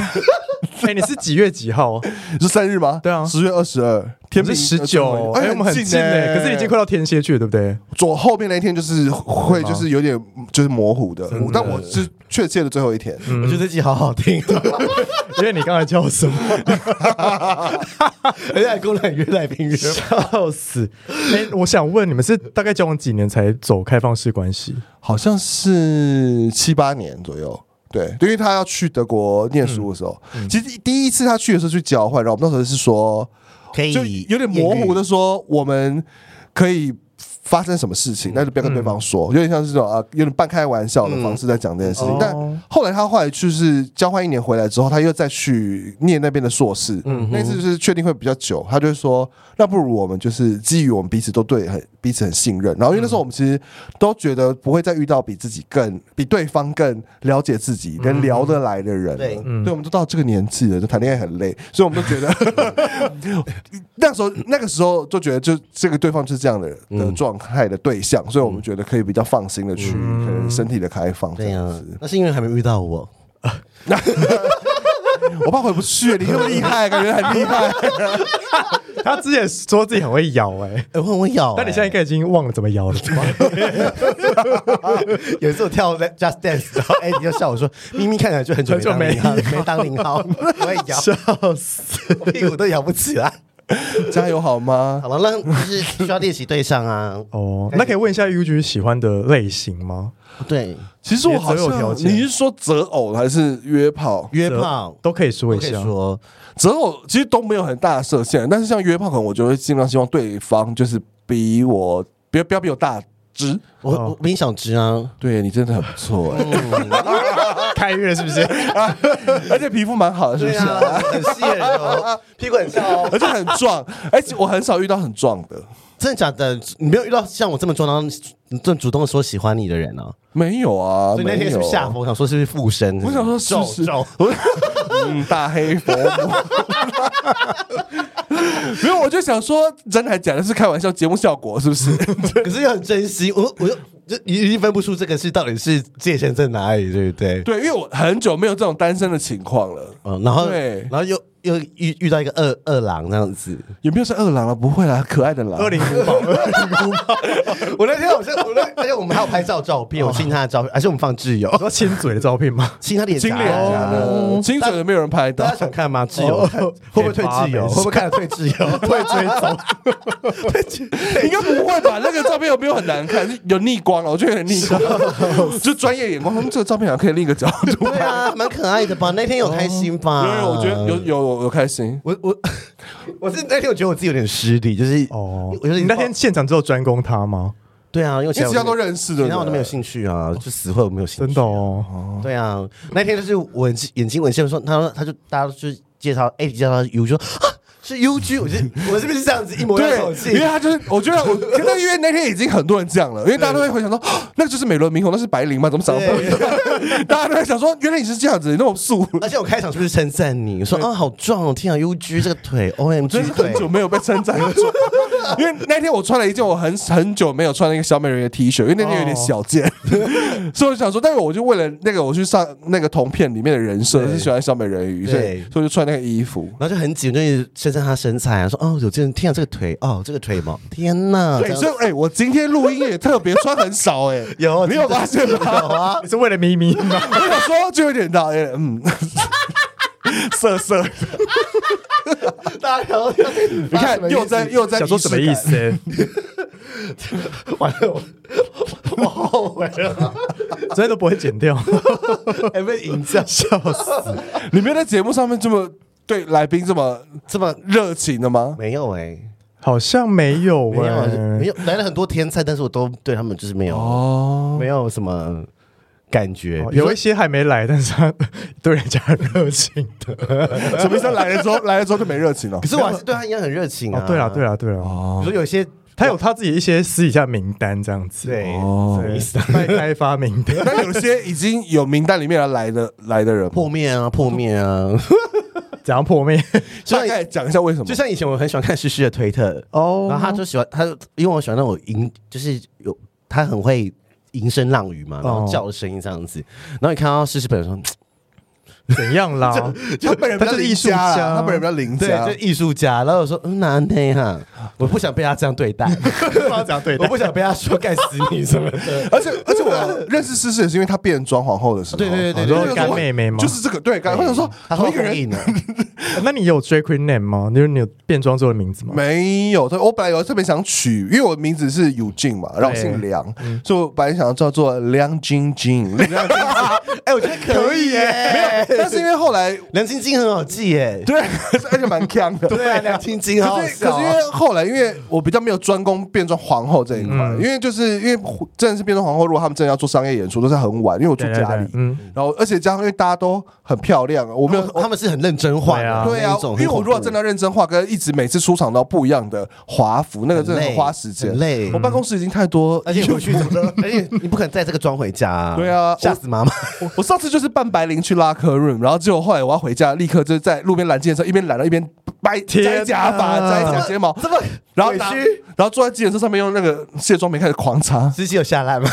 [SPEAKER 1] 哎，你是几月几号？
[SPEAKER 3] 是生日吗？
[SPEAKER 1] 对啊
[SPEAKER 3] 十月二十二，天
[SPEAKER 1] 是十
[SPEAKER 3] 秤
[SPEAKER 1] 九，
[SPEAKER 3] 哎，
[SPEAKER 1] 哎，我们很近
[SPEAKER 3] 欸
[SPEAKER 1] 哎，可是你已经快到天蝎去了，对不对？
[SPEAKER 3] 左后面那一天就是会就是有点就是模糊的，但我是确切的最后一天。
[SPEAKER 2] 我觉得这集好好听，
[SPEAKER 1] 因为你刚才叫什么？
[SPEAKER 2] 而且还跟我来约来宾约。
[SPEAKER 1] 笑死！哎，我想问你们是大概交往几年才走开放式关系？
[SPEAKER 3] 好像是七八年左右。对，因为他要去德国念书的时候，其实第一次他去的时候去交换，然后我们那时候是说，
[SPEAKER 2] 可以
[SPEAKER 3] 就有点模糊的说，我们可以发生什么事
[SPEAKER 2] 嗯
[SPEAKER 3] 情，但是不要跟对方说，有点像是这种啊，有点半开玩笑的方式在讲这件事情
[SPEAKER 1] 哦。
[SPEAKER 3] 但后来他后来就是交换一年回来之后，他又再去念那边的硕士，
[SPEAKER 2] 嗯
[SPEAKER 3] 那次就是确定会比较久，他就会说，那不如我们就是基于我们彼此都对很彼此很信任，然后因为
[SPEAKER 2] 嗯
[SPEAKER 3] 那时候我们其实都觉得不会再遇到比自己更比对方更了解自己跟聊得来的人
[SPEAKER 2] 嗯
[SPEAKER 3] 了，
[SPEAKER 2] 对嗯
[SPEAKER 3] 对，我们都到这个年纪了，就谈恋爱很累，所以我们都觉得那时候那个时候就觉得就这个对方就是这样的的状态的对象，所以我们觉得可以比较放心的去可
[SPEAKER 1] 嗯
[SPEAKER 3] 能身体的开放这
[SPEAKER 2] 对
[SPEAKER 3] 样
[SPEAKER 2] 啊
[SPEAKER 3] 子。，
[SPEAKER 2] 那是因为还没遇到我。
[SPEAKER 3] 我怕回不去，你那么厉害，感觉很厉害。
[SPEAKER 1] 他之前说自己很会咬，哎，
[SPEAKER 2] 哎，我很会咬欸，
[SPEAKER 1] 但你现在应该已经忘了怎么咬了吧？
[SPEAKER 2] 有一次我跳 Just Dance，然后 a d 就笑我 说：“明明看起来就很久
[SPEAKER 1] 很久没
[SPEAKER 2] 没当零号没当零号，我会摇，
[SPEAKER 1] 笑死！
[SPEAKER 2] 我屁股都摇不起来。
[SPEAKER 3] 加油好”吗？
[SPEAKER 2] 好了，那就是需要练习对象啊。
[SPEAKER 1] 哦，那可以问一下 U G 喜欢的类型吗？
[SPEAKER 2] 对，
[SPEAKER 3] 其实我好
[SPEAKER 1] 也择偶条
[SPEAKER 3] 像
[SPEAKER 1] 件
[SPEAKER 3] 你是说择偶还是约炮？
[SPEAKER 2] 约炮
[SPEAKER 1] 都可以说一
[SPEAKER 2] 可以
[SPEAKER 1] 下。
[SPEAKER 2] 说，
[SPEAKER 3] 择偶其实都没有很大的设限，但是像约炮，可能我就会尽量希望对方就是比我，不要不要比我大只。
[SPEAKER 2] 我我比你小只啊。
[SPEAKER 3] 对你真的很不错哎、
[SPEAKER 2] 嗯
[SPEAKER 1] 开月是不 是？
[SPEAKER 3] 而且皮肤蛮好的，是不
[SPEAKER 2] 对
[SPEAKER 3] 是？
[SPEAKER 2] 啊，很吸引人哦， 屁股很翘哦。
[SPEAKER 3] 而且很壮，而且我很少遇到很壮的，
[SPEAKER 2] 真的假的？你没有遇到像我这么装，然后你这么主动的说喜欢你的人啊？
[SPEAKER 3] 没有啊，
[SPEAKER 2] 所以那
[SPEAKER 3] 没
[SPEAKER 2] 天是
[SPEAKER 3] 有
[SPEAKER 2] 不是吓疯，我想说是不是附身？
[SPEAKER 3] 我 想说是不是
[SPEAKER 2] 皱皱
[SPEAKER 3] 我嗯，大黑佛 母。没有，我就想说，真的还假的？是开玩笑，节目效果是不是？
[SPEAKER 2] 可是又很真心，我我又就已经分不出这个是到底是界限在哪里，对不对？
[SPEAKER 3] 对，因为我很久没有这种单身的情况了，
[SPEAKER 2] 嗯，然后
[SPEAKER 3] 对
[SPEAKER 2] 然后又又遇遇到一个二二郎这样子。
[SPEAKER 3] 也没有是二郎了，啊不会啦，可爱的狼。
[SPEAKER 1] 二零古堡，
[SPEAKER 2] 我那天好像我那而且我们还有拍照照片，我亲他的照片，还是我们放挚友，
[SPEAKER 1] 说亲嘴的照片吗？
[SPEAKER 2] 亲他脸颊啊
[SPEAKER 3] 金脸颊
[SPEAKER 2] 哦
[SPEAKER 3] 的，哦清水的没有人拍到
[SPEAKER 2] 大家。想看吗？挚友看会不会退挚友？
[SPEAKER 1] 没事
[SPEAKER 2] 会不会看了退挚 友？退追走？
[SPEAKER 3] 应该不会吧？那个照片有没有很难看？有逆光啊了，我觉得有点逆 光，就专业眼光。他们这个照片好像可以另一个角度
[SPEAKER 2] 对
[SPEAKER 3] 拍。
[SPEAKER 2] 啊，蛮可爱的吧？那天有开心吧？
[SPEAKER 3] 有有，我觉得哦有有有开心。
[SPEAKER 2] 我我我是那天我觉得我自己有点失礼，就是
[SPEAKER 1] 哦，
[SPEAKER 2] 我觉得
[SPEAKER 1] 你那天现场只有专攻他吗？
[SPEAKER 2] 对啊，因为
[SPEAKER 3] 因为其他都
[SPEAKER 2] 认。
[SPEAKER 3] 认识的，哦
[SPEAKER 2] 其他我都没有兴趣啊，就死会我没有兴趣。
[SPEAKER 1] 真的哦，
[SPEAKER 2] 对啊，那天就是我眼睛眼睛文献说，他说他就大家就是介绍 A 介绍 U 就说啊是 UG，我就我是不是这样子一模一样的口
[SPEAKER 3] 对，因
[SPEAKER 2] 气
[SPEAKER 3] 为？他就是，我觉得我，可是因为那天已经很多人这样了，因为大家都会回想说，啊那就是美轮明宏，那是白灵嘛，怎么长得不一样？ 大家都在想说，原来你是这样子，你那么素。
[SPEAKER 2] 而且我开场是不是称赞你？说啊好壮哦，天啊 UG 这个腿
[SPEAKER 3] 真
[SPEAKER 2] ，OMG
[SPEAKER 3] 是很
[SPEAKER 2] 腿，
[SPEAKER 3] 久没有被称赞过，因为那天我穿了一件我很很久没有穿的一个小美人鱼的 T 恤，因为那天有点小件， 所以我想说，但是我就为了那个我去上那个铜片里面的人设
[SPEAKER 2] 对
[SPEAKER 3] 是喜欢小美人鱼，
[SPEAKER 2] 对
[SPEAKER 3] 所以所以我就穿那个衣服。
[SPEAKER 2] 然后就很紧，就是称赞他身材啊，说哦有这人，天啊这个腿，哦这个腿毛，天哪，这
[SPEAKER 3] 对，
[SPEAKER 2] 样
[SPEAKER 3] 所以哎、我今天录音也特别穿很少哎、
[SPEAKER 2] 有
[SPEAKER 3] 你有发现吗？
[SPEAKER 2] 有啊，
[SPEAKER 1] 你是为了咪咪吗？
[SPEAKER 3] 我想说就有点大，有点 嗯，色色。
[SPEAKER 2] 大家要你
[SPEAKER 3] 你看又在又在
[SPEAKER 1] 想说什么
[SPEAKER 3] 仪式
[SPEAKER 1] 意
[SPEAKER 3] 感？
[SPEAKER 1] 思？
[SPEAKER 2] 完了，我我后悔啊了，
[SPEAKER 1] 这些都不会剪掉，
[SPEAKER 2] 还被影响，
[SPEAKER 1] 笑死！
[SPEAKER 3] 你没有在节目上面这么对来宾这么
[SPEAKER 2] 这么
[SPEAKER 3] 热情的吗？
[SPEAKER 2] 没有哎、
[SPEAKER 1] 好像没有
[SPEAKER 2] 没有，啊没
[SPEAKER 1] 哎，
[SPEAKER 2] 有来了很多天菜，但是我都对他们就是没有、
[SPEAKER 3] 哦，
[SPEAKER 2] 没有什么感觉。
[SPEAKER 1] 哦有一些还没来，但是 他对人家很热情的。
[SPEAKER 3] 什么意思？来了之后来了之后就没热情了
[SPEAKER 2] 可。是我还是对他一样很热情啊。哦
[SPEAKER 1] 哦，对了，对
[SPEAKER 2] 了，
[SPEAKER 1] 了，对了，
[SPEAKER 2] 比如说有一些
[SPEAKER 1] 他有他自己一些私底下名单这样子。
[SPEAKER 2] 对，
[SPEAKER 3] 哦
[SPEAKER 1] 对，待开发名单。
[SPEAKER 3] 那有些已经有名单里面来的来的人，
[SPEAKER 2] 破灭啊，破灭啊。
[SPEAKER 1] 怎样破灭？
[SPEAKER 3] 大概讲一下为什么
[SPEAKER 2] 就？像以前我很喜欢看诗诗的推特，
[SPEAKER 1] 哦
[SPEAKER 2] 然后他就喜欢他，因为我喜欢那种吟，就是有他很会吟声浪语嘛，然后叫的声音这样子。然后你看到诗诗本人说，
[SPEAKER 1] 怎样啦？
[SPEAKER 3] 他本人
[SPEAKER 1] 他就是艺术家啊
[SPEAKER 3] 他本人比较 邻
[SPEAKER 2] 对，
[SPEAKER 3] 家
[SPEAKER 2] 就。艺术家。然后我说，嗯，哪内哈，我不想被他这样对待，
[SPEAKER 1] 这样对
[SPEAKER 2] 我
[SPEAKER 1] 待
[SPEAKER 2] 不想被他说干死你什么 的。
[SPEAKER 3] 而且而且我认识诗诗也是因为她变装皇后的时候，
[SPEAKER 2] 对对对对
[SPEAKER 1] 对
[SPEAKER 3] 我就想说
[SPEAKER 1] 哦干妹妹吗
[SPEAKER 3] 就是这个对干，我想说
[SPEAKER 2] 他说
[SPEAKER 3] 同
[SPEAKER 2] 哦
[SPEAKER 3] 一个人
[SPEAKER 2] 封印了，
[SPEAKER 1] 那你有 Drag Queen name 吗？就是你有变装之后的名字吗？
[SPEAKER 3] 没有，对我本来有特别想取，因为我名字是永进嘛，然后我姓梁，
[SPEAKER 2] 嗯
[SPEAKER 3] 所以我本来想要叫做梁 晶晶。
[SPEAKER 2] 哎，我觉得可以耶，没有
[SPEAKER 3] 但是因为后来
[SPEAKER 2] 梁晶晶很好记耶，
[SPEAKER 3] 对，而且蛮强的。
[SPEAKER 2] 对啊，梁晶晶好好
[SPEAKER 3] 可是，可
[SPEAKER 2] 笑
[SPEAKER 3] 是因
[SPEAKER 2] 啊。
[SPEAKER 3] 为后来，因为我比较没有专攻变装皇后这一块，
[SPEAKER 2] 嗯
[SPEAKER 3] 因为就是因为真的是变装皇后，如果他们真的要做商业演出，都是很晚，因为我住
[SPEAKER 1] 对对
[SPEAKER 3] 家
[SPEAKER 1] 对
[SPEAKER 3] 里，
[SPEAKER 1] 嗯，
[SPEAKER 3] 然后而且加上因为大家都很漂亮，我没有
[SPEAKER 2] 他们是很认真画的，
[SPEAKER 1] 对
[SPEAKER 3] 对啊
[SPEAKER 2] 嗯那一，种
[SPEAKER 3] 因为我如果真
[SPEAKER 2] 真的
[SPEAKER 3] 的要认真画，跟一直每次出场都要不一样的华服，那个真的很花时间
[SPEAKER 2] 很累很累
[SPEAKER 3] 我办公室已经太多，
[SPEAKER 2] 而且回去怎么了？而且你不可能带这个妆回家、啊，
[SPEAKER 3] 对啊
[SPEAKER 2] 吓死妈妈。
[SPEAKER 3] 我我上次就是扮白灵去拉客 room，然后结果后来我要回家，立刻就是在路边拦计程车，一边拦了一边掰
[SPEAKER 1] 天
[SPEAKER 3] 摘假发、
[SPEAKER 1] 哪
[SPEAKER 3] 摘假睫毛，
[SPEAKER 2] 这么
[SPEAKER 3] 然后
[SPEAKER 2] 委
[SPEAKER 3] 拿
[SPEAKER 2] 屈，
[SPEAKER 3] 然后坐在计程车上面用那个卸妆棉开始狂擦，
[SPEAKER 2] 司机有下来吗？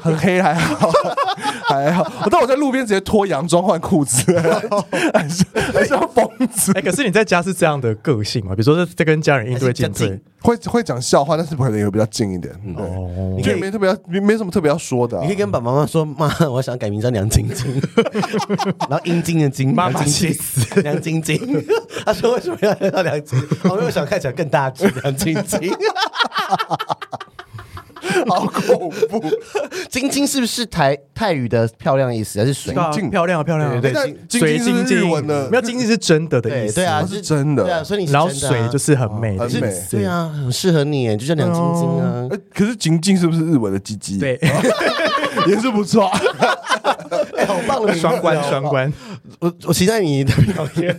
[SPEAKER 3] 很黑还好 还好，我但我在路边直接脱洋装换裤子，还是还像疯子
[SPEAKER 1] 哎，，可是你在家是这样的个性吗？比如说在跟家人应对进
[SPEAKER 2] 还是
[SPEAKER 1] 退
[SPEAKER 2] 比，
[SPEAKER 3] 会会讲笑话，但是可能也比较近一点，对，
[SPEAKER 1] 哦，
[SPEAKER 3] 就也没特别要没没什么特别要说的啊
[SPEAKER 2] 你可以跟爸爸妈妈说，妈，我想改名叫梁晶晶， 然后阴茎的晶，
[SPEAKER 1] 妈妈
[SPEAKER 2] 梁晶
[SPEAKER 1] 气死
[SPEAKER 2] 晶，梁晶晶。 他说为什么要叫梁晶？哦，因为我想看起来更大只，梁晶晶。
[SPEAKER 3] 好恐怖。
[SPEAKER 2] 晶晶是不是台泰语的漂亮意思，还是水？
[SPEAKER 1] 啊
[SPEAKER 3] 静
[SPEAKER 1] 漂亮啊漂亮啊，
[SPEAKER 2] 对
[SPEAKER 3] 那晶
[SPEAKER 1] 水
[SPEAKER 3] 晶是
[SPEAKER 1] 晶
[SPEAKER 3] 日
[SPEAKER 1] 晶
[SPEAKER 3] 文的
[SPEAKER 1] 没有晶晶是真的的意
[SPEAKER 2] 对
[SPEAKER 1] 思，
[SPEAKER 2] 对啊，
[SPEAKER 3] 哦是真的
[SPEAKER 2] 对啊，所以你是
[SPEAKER 1] 然后
[SPEAKER 2] 真的啊
[SPEAKER 1] 水就是很美的
[SPEAKER 3] 很
[SPEAKER 1] 意
[SPEAKER 3] 美
[SPEAKER 1] 思，
[SPEAKER 2] 对啊，很适合你耶，就叫梁晶晶啊。
[SPEAKER 3] 呃可是晶晶是不是日文的鸡鸡？
[SPEAKER 1] 对，
[SPEAKER 3] 也是不错。啊
[SPEAKER 2] 哎，好棒的
[SPEAKER 1] 双关双。关，
[SPEAKER 2] 我我期待你的表演。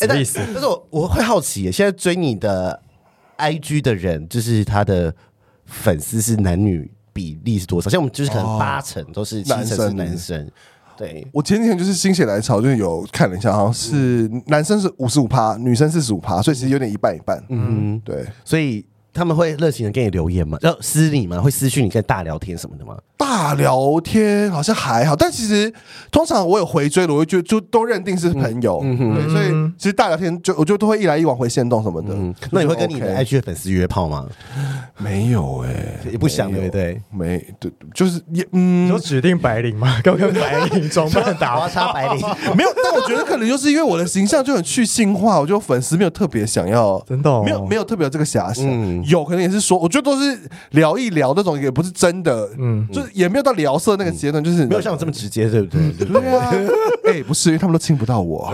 [SPEAKER 1] 什么意思？
[SPEAKER 2] 但是我我会好奇耶，现在追你的 IG 的人，就是他的粉丝是男女比例是多少？像我们就是可能八成都是，七成是男
[SPEAKER 3] 男
[SPEAKER 2] 生。对，
[SPEAKER 3] 我前几天就是心血来潮，就是有看了一下，好像是男生是五十五趴，女生四十五趴，所以其实有点一半一半。嗯，对，
[SPEAKER 2] 所以他们会热情的给你留言吗？要私你吗？会私讯你跟你大聊天什么的吗？
[SPEAKER 3] 大聊天好像还好，但其实通常我有回追了，我会就就都认定是朋友，
[SPEAKER 2] 嗯
[SPEAKER 3] 对，所以其实大聊天就我就都会一来一往回线动什么的。
[SPEAKER 2] 嗯，那你会跟你的
[SPEAKER 3] 哦 OK
[SPEAKER 2] IG 的粉丝约炮吗？
[SPEAKER 3] 没有哎、
[SPEAKER 2] 也不想，对不对？
[SPEAKER 3] 没对，就是也 嗯
[SPEAKER 1] 你说，指定白领吗？要跟白领装扮打
[SPEAKER 2] 华差白领，
[SPEAKER 3] 没有。但我觉得可能就是因为我的形象就很去性化，我觉得粉丝没有特别想要，
[SPEAKER 1] 真的哦
[SPEAKER 3] 没有没有特别有这个遐想。
[SPEAKER 2] 嗯
[SPEAKER 3] 有可能也是说，我觉得都是聊一聊那种，也不是真的，嗯，就是也没有到聊色那个阶段，就是
[SPEAKER 2] 没有像我这么直接，对不对？对不对
[SPEAKER 3] 对啊，哎，不是，因为他们都亲不到我。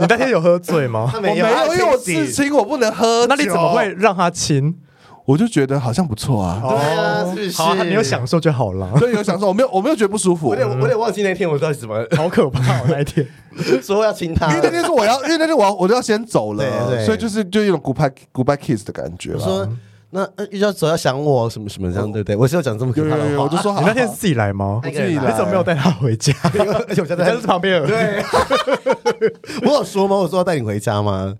[SPEAKER 1] 你那天有喝醉吗？
[SPEAKER 2] 他
[SPEAKER 3] 我没有，因为我刺青，我不能喝酒。
[SPEAKER 1] 那你怎么会？让他亲？
[SPEAKER 3] 我就觉得好像不错啊。
[SPEAKER 2] 对啊，是不是？
[SPEAKER 1] 好啊，你有享受就好了。
[SPEAKER 3] 所以有想说，我没有，我没有觉得不舒服。
[SPEAKER 2] 我有点
[SPEAKER 3] 因
[SPEAKER 2] 我有点忘记那天我到底怎么
[SPEAKER 1] 好可怕、哦、那一天，
[SPEAKER 2] 说要亲他
[SPEAKER 3] 为那天是我要，因为那天我要我就要先走
[SPEAKER 2] 对
[SPEAKER 3] 了，
[SPEAKER 2] 对
[SPEAKER 3] 所以就是就有一种 goodbye goodbye kiss 的感觉
[SPEAKER 2] 我
[SPEAKER 3] 了。
[SPEAKER 2] 说那呃遇到走要想我什么什么这样，对不对？我是要讲这么可
[SPEAKER 3] 有
[SPEAKER 2] 怕
[SPEAKER 3] 有
[SPEAKER 2] 的
[SPEAKER 3] 有，
[SPEAKER 2] 话，
[SPEAKER 3] 我就说好。
[SPEAKER 1] 你那天是自己来吗？
[SPEAKER 2] 那
[SPEAKER 1] 你
[SPEAKER 2] 个人
[SPEAKER 3] 自己来
[SPEAKER 2] 啊
[SPEAKER 1] 怎么没有带他回家？
[SPEAKER 2] 而且我家
[SPEAKER 1] 你
[SPEAKER 2] 在
[SPEAKER 1] 家是旁边而已。
[SPEAKER 2] 对， 我有说吗？我说要带你回家吗？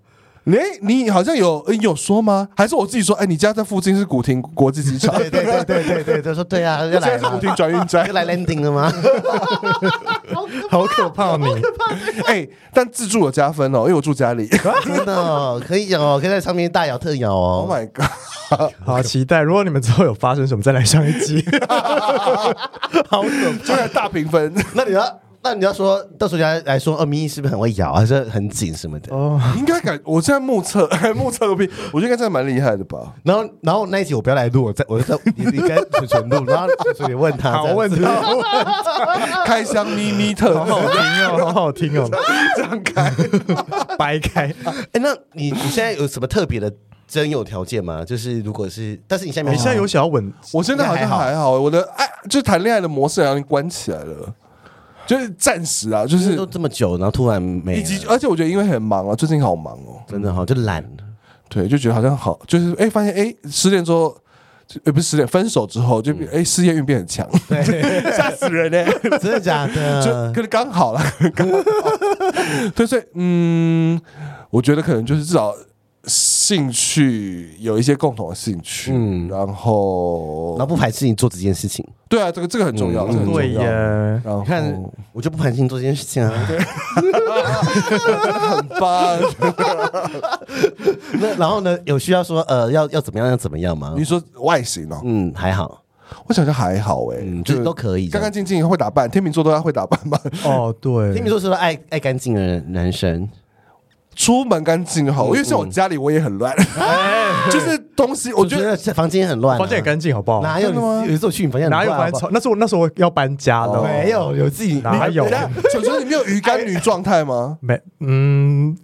[SPEAKER 3] 你哎你好像有呃有说吗？还是我自己说？哎，你家在附近是古亭国际 机场，
[SPEAKER 2] 对对对对对 对，他说对啊，要
[SPEAKER 3] 现
[SPEAKER 2] 来
[SPEAKER 3] 在是
[SPEAKER 2] 了
[SPEAKER 3] 古亭转运 站
[SPEAKER 2] 要。来 landing 了吗？
[SPEAKER 1] 好可怕哦你！
[SPEAKER 3] 哎，但自助有加分哦，因为我住家里。
[SPEAKER 2] 真的哦可以哦，可以在上面大咬特咬
[SPEAKER 3] Oh
[SPEAKER 2] 哦。
[SPEAKER 3] my god！
[SPEAKER 1] 好期待，如果你们之后有发生什么，再来上一集。好可
[SPEAKER 3] 居然大 评分，
[SPEAKER 2] 那你要那你要说，到时候你要来说，哦，咪咪是不是很会咬，还是很紧什么的？
[SPEAKER 3] 应该感我现在目测 目测个屁，我觉得应该真的蛮厉害 的吧。
[SPEAKER 2] 然后，然后那一集我不要来录，我在 我就在你你跟纯纯录，然后纯纯也问他，
[SPEAKER 1] 怕，好
[SPEAKER 2] 这样
[SPEAKER 1] 问
[SPEAKER 2] 子
[SPEAKER 1] 题，好
[SPEAKER 3] 开箱咪咪特
[SPEAKER 1] 好听哦，好好听哦，
[SPEAKER 3] 这样开，
[SPEAKER 1] 掰开。
[SPEAKER 2] 哎，那你你现在有什么特别的真有条件吗？就是如果是，但是你现在没
[SPEAKER 1] 你现在有想要吻？
[SPEAKER 3] 我现在好像
[SPEAKER 2] 应该还好
[SPEAKER 3] 还好，我的爱就是谈恋爱的模式好像关起来了，就是暂时啊，就
[SPEAKER 2] 就是都这么久，然后突然没
[SPEAKER 3] 以
[SPEAKER 2] 了，
[SPEAKER 3] 及而且我觉得因为很忙啊，最近好忙哦，
[SPEAKER 2] 真的哈、就懒。
[SPEAKER 3] 对，就觉得好像好，就是哎、发现哎、失恋之后。呃，不是失恋，分手之后就
[SPEAKER 2] 嗯
[SPEAKER 3] 哎、事业运变很强， 吓死人嘞、
[SPEAKER 2] 真的假
[SPEAKER 3] 就
[SPEAKER 2] 的？
[SPEAKER 3] 可能刚好了，可能 刚好。对，所以嗯，我觉得可能就是至少兴趣有一些共同的兴趣，
[SPEAKER 2] 嗯
[SPEAKER 3] 然后
[SPEAKER 2] 然后不排斥你做这件事情，
[SPEAKER 3] 对啊，这个这个很重要，这个很重要
[SPEAKER 1] 哦对耶，
[SPEAKER 3] 然后
[SPEAKER 2] 你看、哦我就不排斥你做这件事情啊。
[SPEAKER 3] 很棒，
[SPEAKER 2] 那然后呢，有需要说呃要要怎么样要怎么样吗
[SPEAKER 3] 你？说外形哦，
[SPEAKER 2] 嗯，还好，
[SPEAKER 3] 我想想还好哎、
[SPEAKER 2] 嗯，就是都可以这
[SPEAKER 3] 干干
[SPEAKER 2] 样。
[SPEAKER 3] 净净，会打扮，天秤座都要会打扮吧？
[SPEAKER 1] 哦，对，
[SPEAKER 2] 听你说是不是爱爱干净的人男生？
[SPEAKER 3] 出门干净就好，因为像我家里我也很乱， 就是东西我觉得。
[SPEAKER 2] 这房间很乱、啊，
[SPEAKER 1] 房间很干净，好不好？
[SPEAKER 2] 哪有
[SPEAKER 3] 真的吗
[SPEAKER 2] 有一次我去你房间很
[SPEAKER 1] 哪有
[SPEAKER 2] 乱
[SPEAKER 1] 搬
[SPEAKER 2] 好不好
[SPEAKER 1] 床？那是我那时候我要搬家的，
[SPEAKER 2] 哦没有，有自己
[SPEAKER 1] 哪有
[SPEAKER 3] 等一？下小球，你没有鱼干女状态吗？
[SPEAKER 1] 没，嗯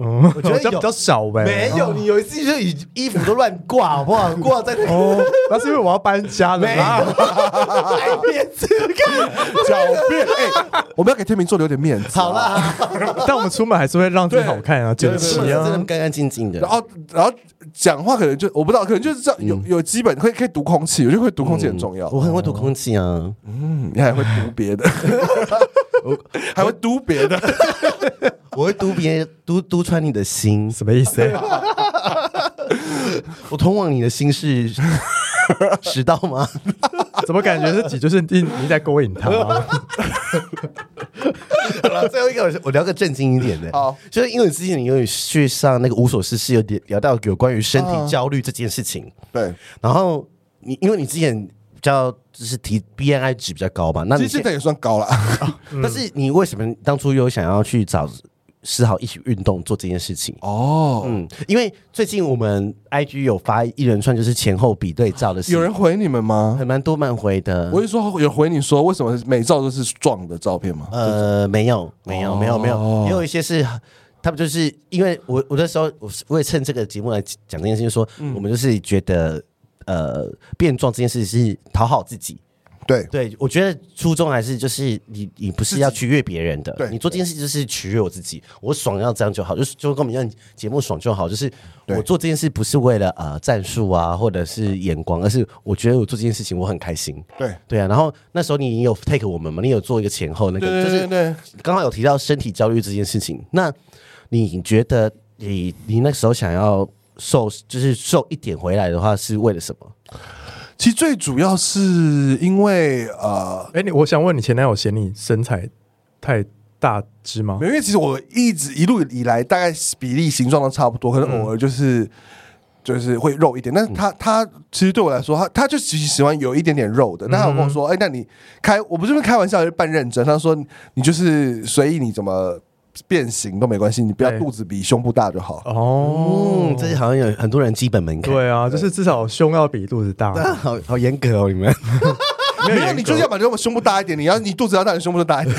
[SPEAKER 1] 嗯，我
[SPEAKER 2] 觉得有
[SPEAKER 1] 比较少呗，
[SPEAKER 2] 没有，你有一次就以衣服都乱挂，好不好？挂在那个
[SPEAKER 1] 哦，那是因为我要搬家了
[SPEAKER 2] 没有
[SPEAKER 1] 啦。
[SPEAKER 2] 海边去看。
[SPEAKER 3] 狡辩，哎，我们要给天秤座留点面子。啊
[SPEAKER 2] 好，啦，
[SPEAKER 1] 但我们出门还是会让自己好看啊，整齐
[SPEAKER 2] 真的
[SPEAKER 1] 啊。
[SPEAKER 2] 干干净净的
[SPEAKER 3] 然。后然后讲话可能就我不知道，可能就是这样，有有基本会可以读空气，我觉得会读空气很重要。
[SPEAKER 2] 我很会读空气啊，
[SPEAKER 3] 嗯，你还会读别 的，还会读别的，
[SPEAKER 2] 我会读别读读穿你的心，
[SPEAKER 1] 什么意思欸？
[SPEAKER 2] 啊我通往你的心 是食道吗？
[SPEAKER 1] 怎么感觉自己就是你你在勾引他啊？
[SPEAKER 2] 好了，最后一个我是我聊个正经一点的。
[SPEAKER 3] 好，
[SPEAKER 2] 就是因为之前你有去上那个无所事事，有点聊到有关于身体焦虑这件事情。
[SPEAKER 3] 对。
[SPEAKER 2] 然后你因为你之前比较就是提 BNI 值比较高嘛，那
[SPEAKER 3] 其
[SPEAKER 2] 你
[SPEAKER 3] 实现
[SPEAKER 2] 现
[SPEAKER 3] 在也算高了，
[SPEAKER 2] 但是你为什么当初又想要去找思豪一起运动做这件事情？
[SPEAKER 3] 哦，
[SPEAKER 2] 嗯，因为最近我们 IG 有发一连串就是前后比对照的事，
[SPEAKER 3] 有人回你们吗？
[SPEAKER 2] 还蛮多蛮回的
[SPEAKER 3] 我。是说有回你说为什么每照都是撞的照片吗？
[SPEAKER 2] 呃，没有，没
[SPEAKER 3] 哦
[SPEAKER 2] 有，没有，没有，也有一些是。他们就是因为我，我那时候我是我也趁这个节目来讲这件事情，说、
[SPEAKER 3] 嗯
[SPEAKER 2] 我们就是觉得，呃，变壮这件事是讨好自己，
[SPEAKER 3] 对，
[SPEAKER 2] 对，我觉得初衷还是就是你，你不是要取悦别人的，
[SPEAKER 3] 对
[SPEAKER 2] 你做这件事就是取悦我自己，我爽要这样就好，就是就跟我们一样，节目爽就好，就是我做这件事不是为了呃战术啊，或者是眼光，而是我觉得我做这件事情我很开心。
[SPEAKER 3] 对
[SPEAKER 2] 对啊，然后那时候你有 take 我们嘛？你有做一个前后那
[SPEAKER 3] 对
[SPEAKER 2] 个，
[SPEAKER 3] 对
[SPEAKER 2] 就
[SPEAKER 3] 对对
[SPEAKER 2] 是刚好有提到身体焦虑这件事情。那你觉得你你那时候想要瘦，就是瘦一点回来的话，是为了什么？
[SPEAKER 3] 其实最主要是因为呃，
[SPEAKER 1] 哎，你我想问你前男友嫌你身材太大只吗
[SPEAKER 3] 没？有因为其实我一直一路以来大概比例形状都差不多，可能偶尔就是、就是会肉一点，但是他他其实对我来说，他他就其实喜欢有一点点肉的。但他有跟我说，哎、那你开我不是开玩笑，就半认真。他说你就是随意你怎么变形都没关系，你不要
[SPEAKER 1] 对
[SPEAKER 3] 肚子比胸部大就好。
[SPEAKER 1] 哦
[SPEAKER 2] 嗯，，这好像有很多人基本门槛。
[SPEAKER 1] 对啊，就是至少胸要比肚子大。
[SPEAKER 2] 啊，好好严格哦，你们。
[SPEAKER 3] 没有，你就是要把这个胸部大一点，你要你肚子要大，你胸部就大一点，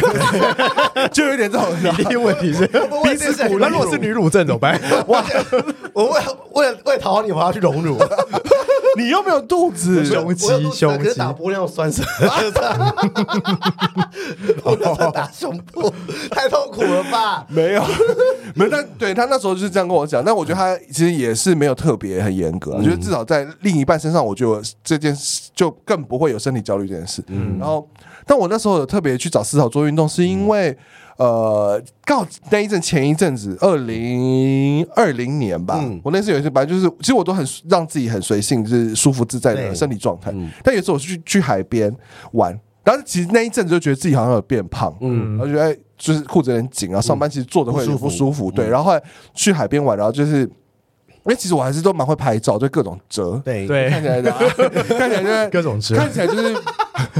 [SPEAKER 3] 就有一点这种。
[SPEAKER 1] 第一个问 题是鼻子骨，那如果是女乳症怎么办？
[SPEAKER 2] 哇，我为了为了为了讨好你，我要去荣辱。
[SPEAKER 3] 你又没有肚子，
[SPEAKER 1] 胸
[SPEAKER 2] 我有肚
[SPEAKER 1] 肌，
[SPEAKER 2] 子啊
[SPEAKER 1] 胸
[SPEAKER 2] 可是
[SPEAKER 1] 肌
[SPEAKER 2] 打。玻尿酸是，我尿酸打胸部， 太痛苦了吧？
[SPEAKER 3] 没有，没有。但对他那时候就是这样跟我讲，但我觉得他其实也是没有特别很严格啊，
[SPEAKER 2] 嗯
[SPEAKER 3] 我觉得至少在另一半身上，我觉得我这件事就更不会有身体焦虑这件事。
[SPEAKER 2] 嗯
[SPEAKER 3] 然后，但我那时候有特别去找思考做运动，是因为。呃，刚好那一阵前一阵子，二零二零年吧，
[SPEAKER 2] 嗯
[SPEAKER 3] 我那次有一次，反正就是，其实我都很让自己很随性，就是舒服自在的
[SPEAKER 2] 对嗯
[SPEAKER 3] 身体状态。但有时候我去去海边玩，然后其实那一阵子就觉得自己好像有变胖，嗯，然后觉得哎就是裤子有点紧，啊然后上班其实坐的会有点不舒服，对。然后后来去海边玩，然后就是，因为其实我还是都蛮会拍照，就各种折，
[SPEAKER 2] 对
[SPEAKER 1] 对，
[SPEAKER 3] 看起来的，看起来就是
[SPEAKER 1] 各种吃。
[SPEAKER 3] 看起来就是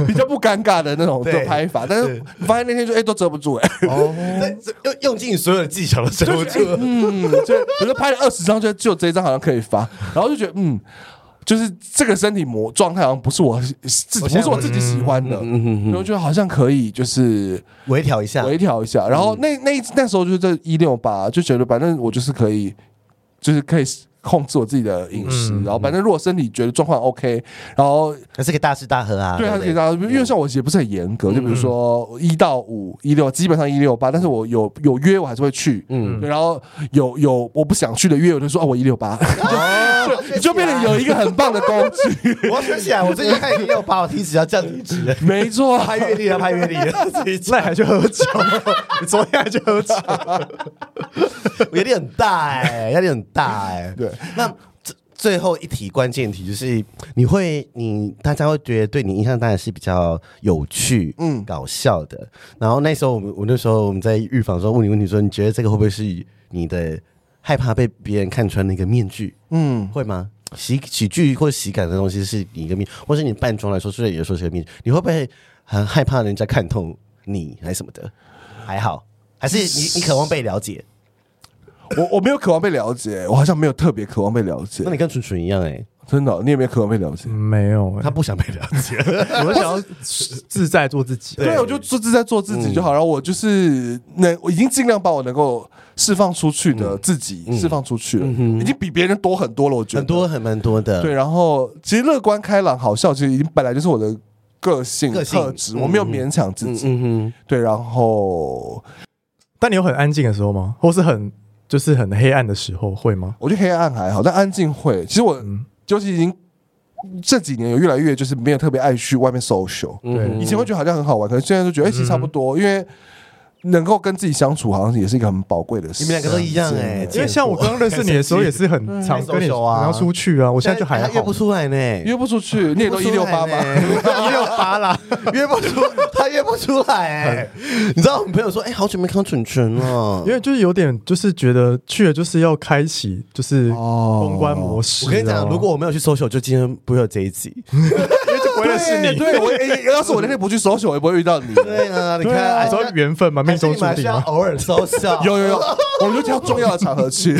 [SPEAKER 3] 比较不尴尬的那种
[SPEAKER 2] 对
[SPEAKER 3] 的拍法，但是我发现那天就哎、都遮不住哎、
[SPEAKER 2] 哦，用用尽所有的技巧都遮不住。
[SPEAKER 3] 嗯，就我就拍了二十张，就就这一张好像可以发，然后就觉得嗯。就是这个身体模状态好像不是我自
[SPEAKER 2] 我
[SPEAKER 3] 不
[SPEAKER 2] 现在
[SPEAKER 3] 是我自己喜欢的，然后觉得好像可以就是
[SPEAKER 2] 微调一下，
[SPEAKER 3] 微调一下。然
[SPEAKER 2] 嗯
[SPEAKER 3] 后那那那时候就是这一六八，就觉得反正我就是可以，就是可以控制我自己的饮食。
[SPEAKER 2] 嗯
[SPEAKER 3] 然后反正如果身体觉得状况 OK，然后
[SPEAKER 2] 还是可以大吃大喝啊。嗯
[SPEAKER 3] 对他
[SPEAKER 2] 不
[SPEAKER 3] 是给大家，因为像我也不是很严格，就比如说一到五一六，基本上一六八，但是我有有约我还是会去，嗯，然后有有我不想去的约，我就说哦我一六八，
[SPEAKER 2] 哦，
[SPEAKER 3] 你就变得有一个很棒的工具，
[SPEAKER 2] 我要学起啊来，我最近看一六八，我体脂要降体脂了，
[SPEAKER 3] 没错啊，
[SPEAKER 2] 哦拍阅历了，拍阅历了， 自己
[SPEAKER 1] 那你还去喝 酒？你昨天还去喝酒？
[SPEAKER 2] 我压力很大哎、压力很大哎、
[SPEAKER 3] 对，
[SPEAKER 2] 那最最后一题关键题就是，你会你大家会觉得对你印象当然是比较有趣，嗯，搞笑的。然后那时候我们我那时候我们在预防的时候问你问题说，你觉得这个会不会是你的害怕被别人看穿那个面具？
[SPEAKER 3] 嗯，
[SPEAKER 2] 会吗？喜喜剧或喜感的东西是你一个面，或是你扮装来说，虽然也说是个面具，你会不会很害怕人家看透你还是什么的？还好，还是你你渴望被了解？
[SPEAKER 3] 我我没有渴望被了解，我好像没有特别渴望被了解
[SPEAKER 2] 那，你跟纯纯一样哎、
[SPEAKER 3] 真的哦，你也没有渴望被了解。
[SPEAKER 1] 没有欸
[SPEAKER 2] 他，不想被了解。
[SPEAKER 1] 我想要自在做自己。
[SPEAKER 3] 对，我就做自在做自己就
[SPEAKER 2] 嗯
[SPEAKER 3] 好。然后我就是能，我已经尽量把我能够释放出去
[SPEAKER 2] 嗯
[SPEAKER 3] 的自己释放出去了，已经比别人多很多了。我觉 得
[SPEAKER 2] 很多很蛮多的，
[SPEAKER 3] 对，，然后其实乐观开朗好笑，其实已经本来就是我的个性
[SPEAKER 2] 个性
[SPEAKER 3] 特质，我没有勉强自
[SPEAKER 2] 嗯
[SPEAKER 3] 己。
[SPEAKER 2] 嗯
[SPEAKER 3] 对，然后
[SPEAKER 1] 但你有很安静的时候吗？或是很就是很黑暗的时候会吗？
[SPEAKER 3] 我觉得黑暗还好，但安静会。其实我
[SPEAKER 2] 嗯
[SPEAKER 3] 就是已经这几年有越来越就是没有特别爱去外面 social，
[SPEAKER 2] 嗯哼，
[SPEAKER 1] 对
[SPEAKER 3] 以前会觉得好像很好玩，可是现在就觉得哎，其实差
[SPEAKER 2] 嗯
[SPEAKER 3] 不多，因为能够跟自己相处，好像也是一个很宝贵的事。
[SPEAKER 2] 你们两个都一样哎、
[SPEAKER 1] 因为像我刚认识你的时候，也是 很常跟你
[SPEAKER 2] 太 social 啊
[SPEAKER 1] 你要出去啊。我现在就还
[SPEAKER 2] 约不
[SPEAKER 1] 好，
[SPEAKER 2] 出来呢，
[SPEAKER 3] 约不 出去，你也都一六八吗？
[SPEAKER 2] 哎一六八啦， 约不出，他约不出来哎、 你知道我们朋友说，哎、好久没看到蠢蠢了，
[SPEAKER 1] 因为就是有点就是觉得去了就是要开启就是公关模式啊。
[SPEAKER 2] 哦我跟你讲，如 果我没有去搜 l 就今天不会有这一集。
[SPEAKER 1] 因为就不会认识你，
[SPEAKER 3] 对，我哎要是我那天不去 social，我也不会遇到你。
[SPEAKER 2] 对啊，你
[SPEAKER 1] 对啊，你说缘分嘛，命中注定
[SPEAKER 2] 要
[SPEAKER 1] 嘛。
[SPEAKER 2] 偶尔搜啊 l
[SPEAKER 3] 有有有，我们就挑重要的场 合去，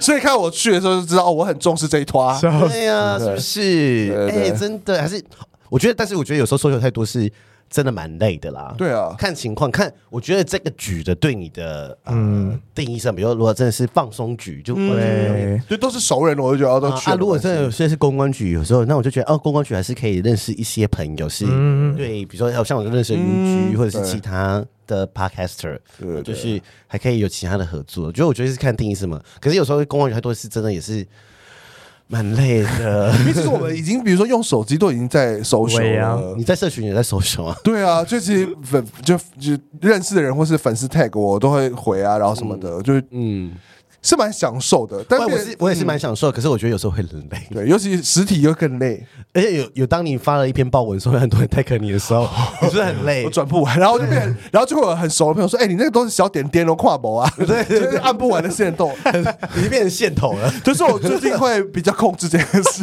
[SPEAKER 3] 所以看我去的时候就知道，哦，我很重视这一团。
[SPEAKER 1] 笑死
[SPEAKER 2] 对呀、是啊不是？
[SPEAKER 3] 对
[SPEAKER 2] 哎、
[SPEAKER 3] 对
[SPEAKER 2] 真的还是我觉得，但是我觉得有时候搜求太多是真的蛮累的啦。
[SPEAKER 3] 对啊
[SPEAKER 2] 看情况，看我觉得这个局的对你的嗯定义上，比如说如果真的是放松局，就呃我觉得有点。
[SPEAKER 1] 对，
[SPEAKER 3] 对，都是熟人，我就觉得哦都
[SPEAKER 2] 啊
[SPEAKER 3] 去
[SPEAKER 2] 啊！
[SPEAKER 3] 了。
[SPEAKER 2] 如果真的有些是公关局，有时候那我就觉得哦，公关局还是可以认识一些朋友，
[SPEAKER 3] 嗯
[SPEAKER 2] 是、对，比如说哦像我认识的云居、或者是其他的 podcaster，呃
[SPEAKER 3] 对
[SPEAKER 2] 就是还可以有其他的合作。就我觉得是看定义是什么，可是有时候公关局太多是真的也是蛮累 的。
[SPEAKER 3] 因为其实我们已经，比如说用手机都已经在 social
[SPEAKER 1] 对啊
[SPEAKER 3] 了。
[SPEAKER 2] 你在社群也在搜什啊？
[SPEAKER 3] 对啊，就其实粉就就认识的人或是粉丝 tag 我都会回啊，然后什么的，就是
[SPEAKER 2] 嗯，
[SPEAKER 3] 是蛮享受的，但
[SPEAKER 2] 不然我
[SPEAKER 3] 变
[SPEAKER 2] 是我也是蛮享受，可是我觉得有时候会很累，
[SPEAKER 3] 对，尤其实体又更累，
[SPEAKER 2] 而且有有当你发了一篇报文，说很多人 take 你的时候，你是不是很累
[SPEAKER 3] 我？转不完，然后就变，
[SPEAKER 2] 哎
[SPEAKER 3] 然后就会有很熟的朋友说：“哎，你那个都是小点点哦，跨博 啊，对，就是按不完的线动。”
[SPEAKER 2] 已经变成线头了。
[SPEAKER 3] 就是我最近会比较控制这件事。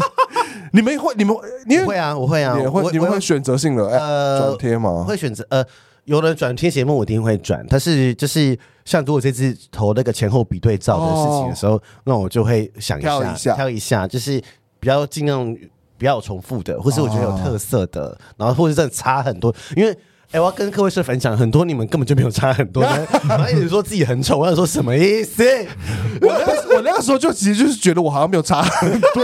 [SPEAKER 3] 你们会，你们因
[SPEAKER 2] 我会
[SPEAKER 3] 为
[SPEAKER 2] 啊，我会啊，
[SPEAKER 3] 也
[SPEAKER 2] 我
[SPEAKER 3] 会，你们
[SPEAKER 2] 我
[SPEAKER 3] 会选择性的哎
[SPEAKER 2] 呃
[SPEAKER 3] 转贴吗？
[SPEAKER 2] 会选择呃，有人转贴节目，我一定会转。但是就是像如果这次投那个前后比对照的事情的时候，那我就会想一下，
[SPEAKER 3] 挑一下
[SPEAKER 2] 挑一下，就是比较尽量比较有重复的，或是我觉得
[SPEAKER 3] 啊
[SPEAKER 2] 有特色的，然后或者真的差很多，因为。哎、我要跟各位是分享，很多你们根本就没有差很多， 然后一直说自己很丑，我想说什么意思？
[SPEAKER 3] 我那个我那个时候就其实就是觉得我好像没有差 很多，因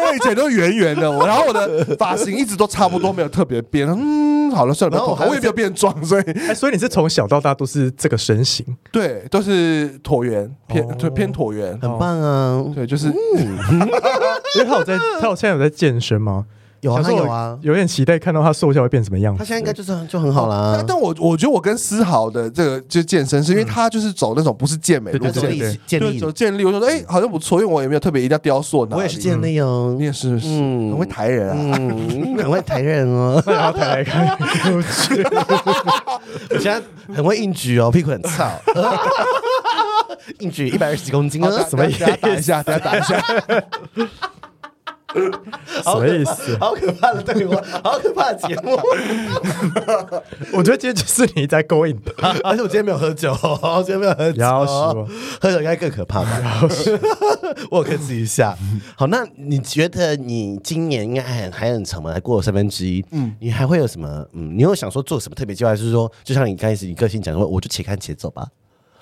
[SPEAKER 3] 为我以前都圆圆的，我然后我的发型一直都差不多，没有特别变。嗯，好了算了，
[SPEAKER 2] 然后我还
[SPEAKER 3] 我也没有变壮， 所以
[SPEAKER 1] 哎，所以你是从小到大都是这个身形，
[SPEAKER 3] 对，都是椭圆偏对偏椭圆，
[SPEAKER 2] 哦很棒啊！
[SPEAKER 3] 对，就是
[SPEAKER 1] 因为他有在，他有现在有在健身吗？
[SPEAKER 2] 有啊，
[SPEAKER 1] 想
[SPEAKER 2] 他
[SPEAKER 1] 说
[SPEAKER 2] 有
[SPEAKER 1] 我
[SPEAKER 2] 啊，
[SPEAKER 1] 有点期待看到他瘦下会变什么样
[SPEAKER 2] 他
[SPEAKER 1] 子。
[SPEAKER 2] 现在应该就是很就很好啦
[SPEAKER 3] 但。但我我觉得我跟思豪的这个就健身，是
[SPEAKER 2] 嗯
[SPEAKER 3] 因为他就是走那种不是健美路
[SPEAKER 1] 对
[SPEAKER 2] 建
[SPEAKER 1] 对
[SPEAKER 3] 线，
[SPEAKER 1] 对
[SPEAKER 2] 立建
[SPEAKER 3] 对，
[SPEAKER 2] 立
[SPEAKER 3] 走，建立。我就说哎，好像不错，因为我也没有特别一定要雕塑哪
[SPEAKER 2] 嗯
[SPEAKER 3] 里。
[SPEAKER 2] 我也是建立哦。
[SPEAKER 3] 你也是，是
[SPEAKER 2] 嗯
[SPEAKER 3] 很会抬人啊。
[SPEAKER 2] 嗯，很会抬人哦，
[SPEAKER 1] 那然后抬来看，我去，
[SPEAKER 2] 我现在很会硬举哦，屁股很翘，硬举一百二十公斤
[SPEAKER 3] 好
[SPEAKER 2] 哦，什么意思
[SPEAKER 3] 等？下打一下，等下 打一下。
[SPEAKER 1] 什么意思？
[SPEAKER 2] 好可怕的对话，好可怕的节目，
[SPEAKER 1] 我觉得今天就是你在勾 引，
[SPEAKER 2] 而且我今天没有喝酒哦，我今天没有喝酒
[SPEAKER 1] 要死
[SPEAKER 2] 哦，喝酒应该更可怕吧？我有克制一下。好，那你觉得你今年应该还很还很长嘛？还过了三分之一，嗯，你还会有什么？嗯，你有想说做什么特别计划？还是说，就像你刚开始你个性讲说，我就且看且走吧，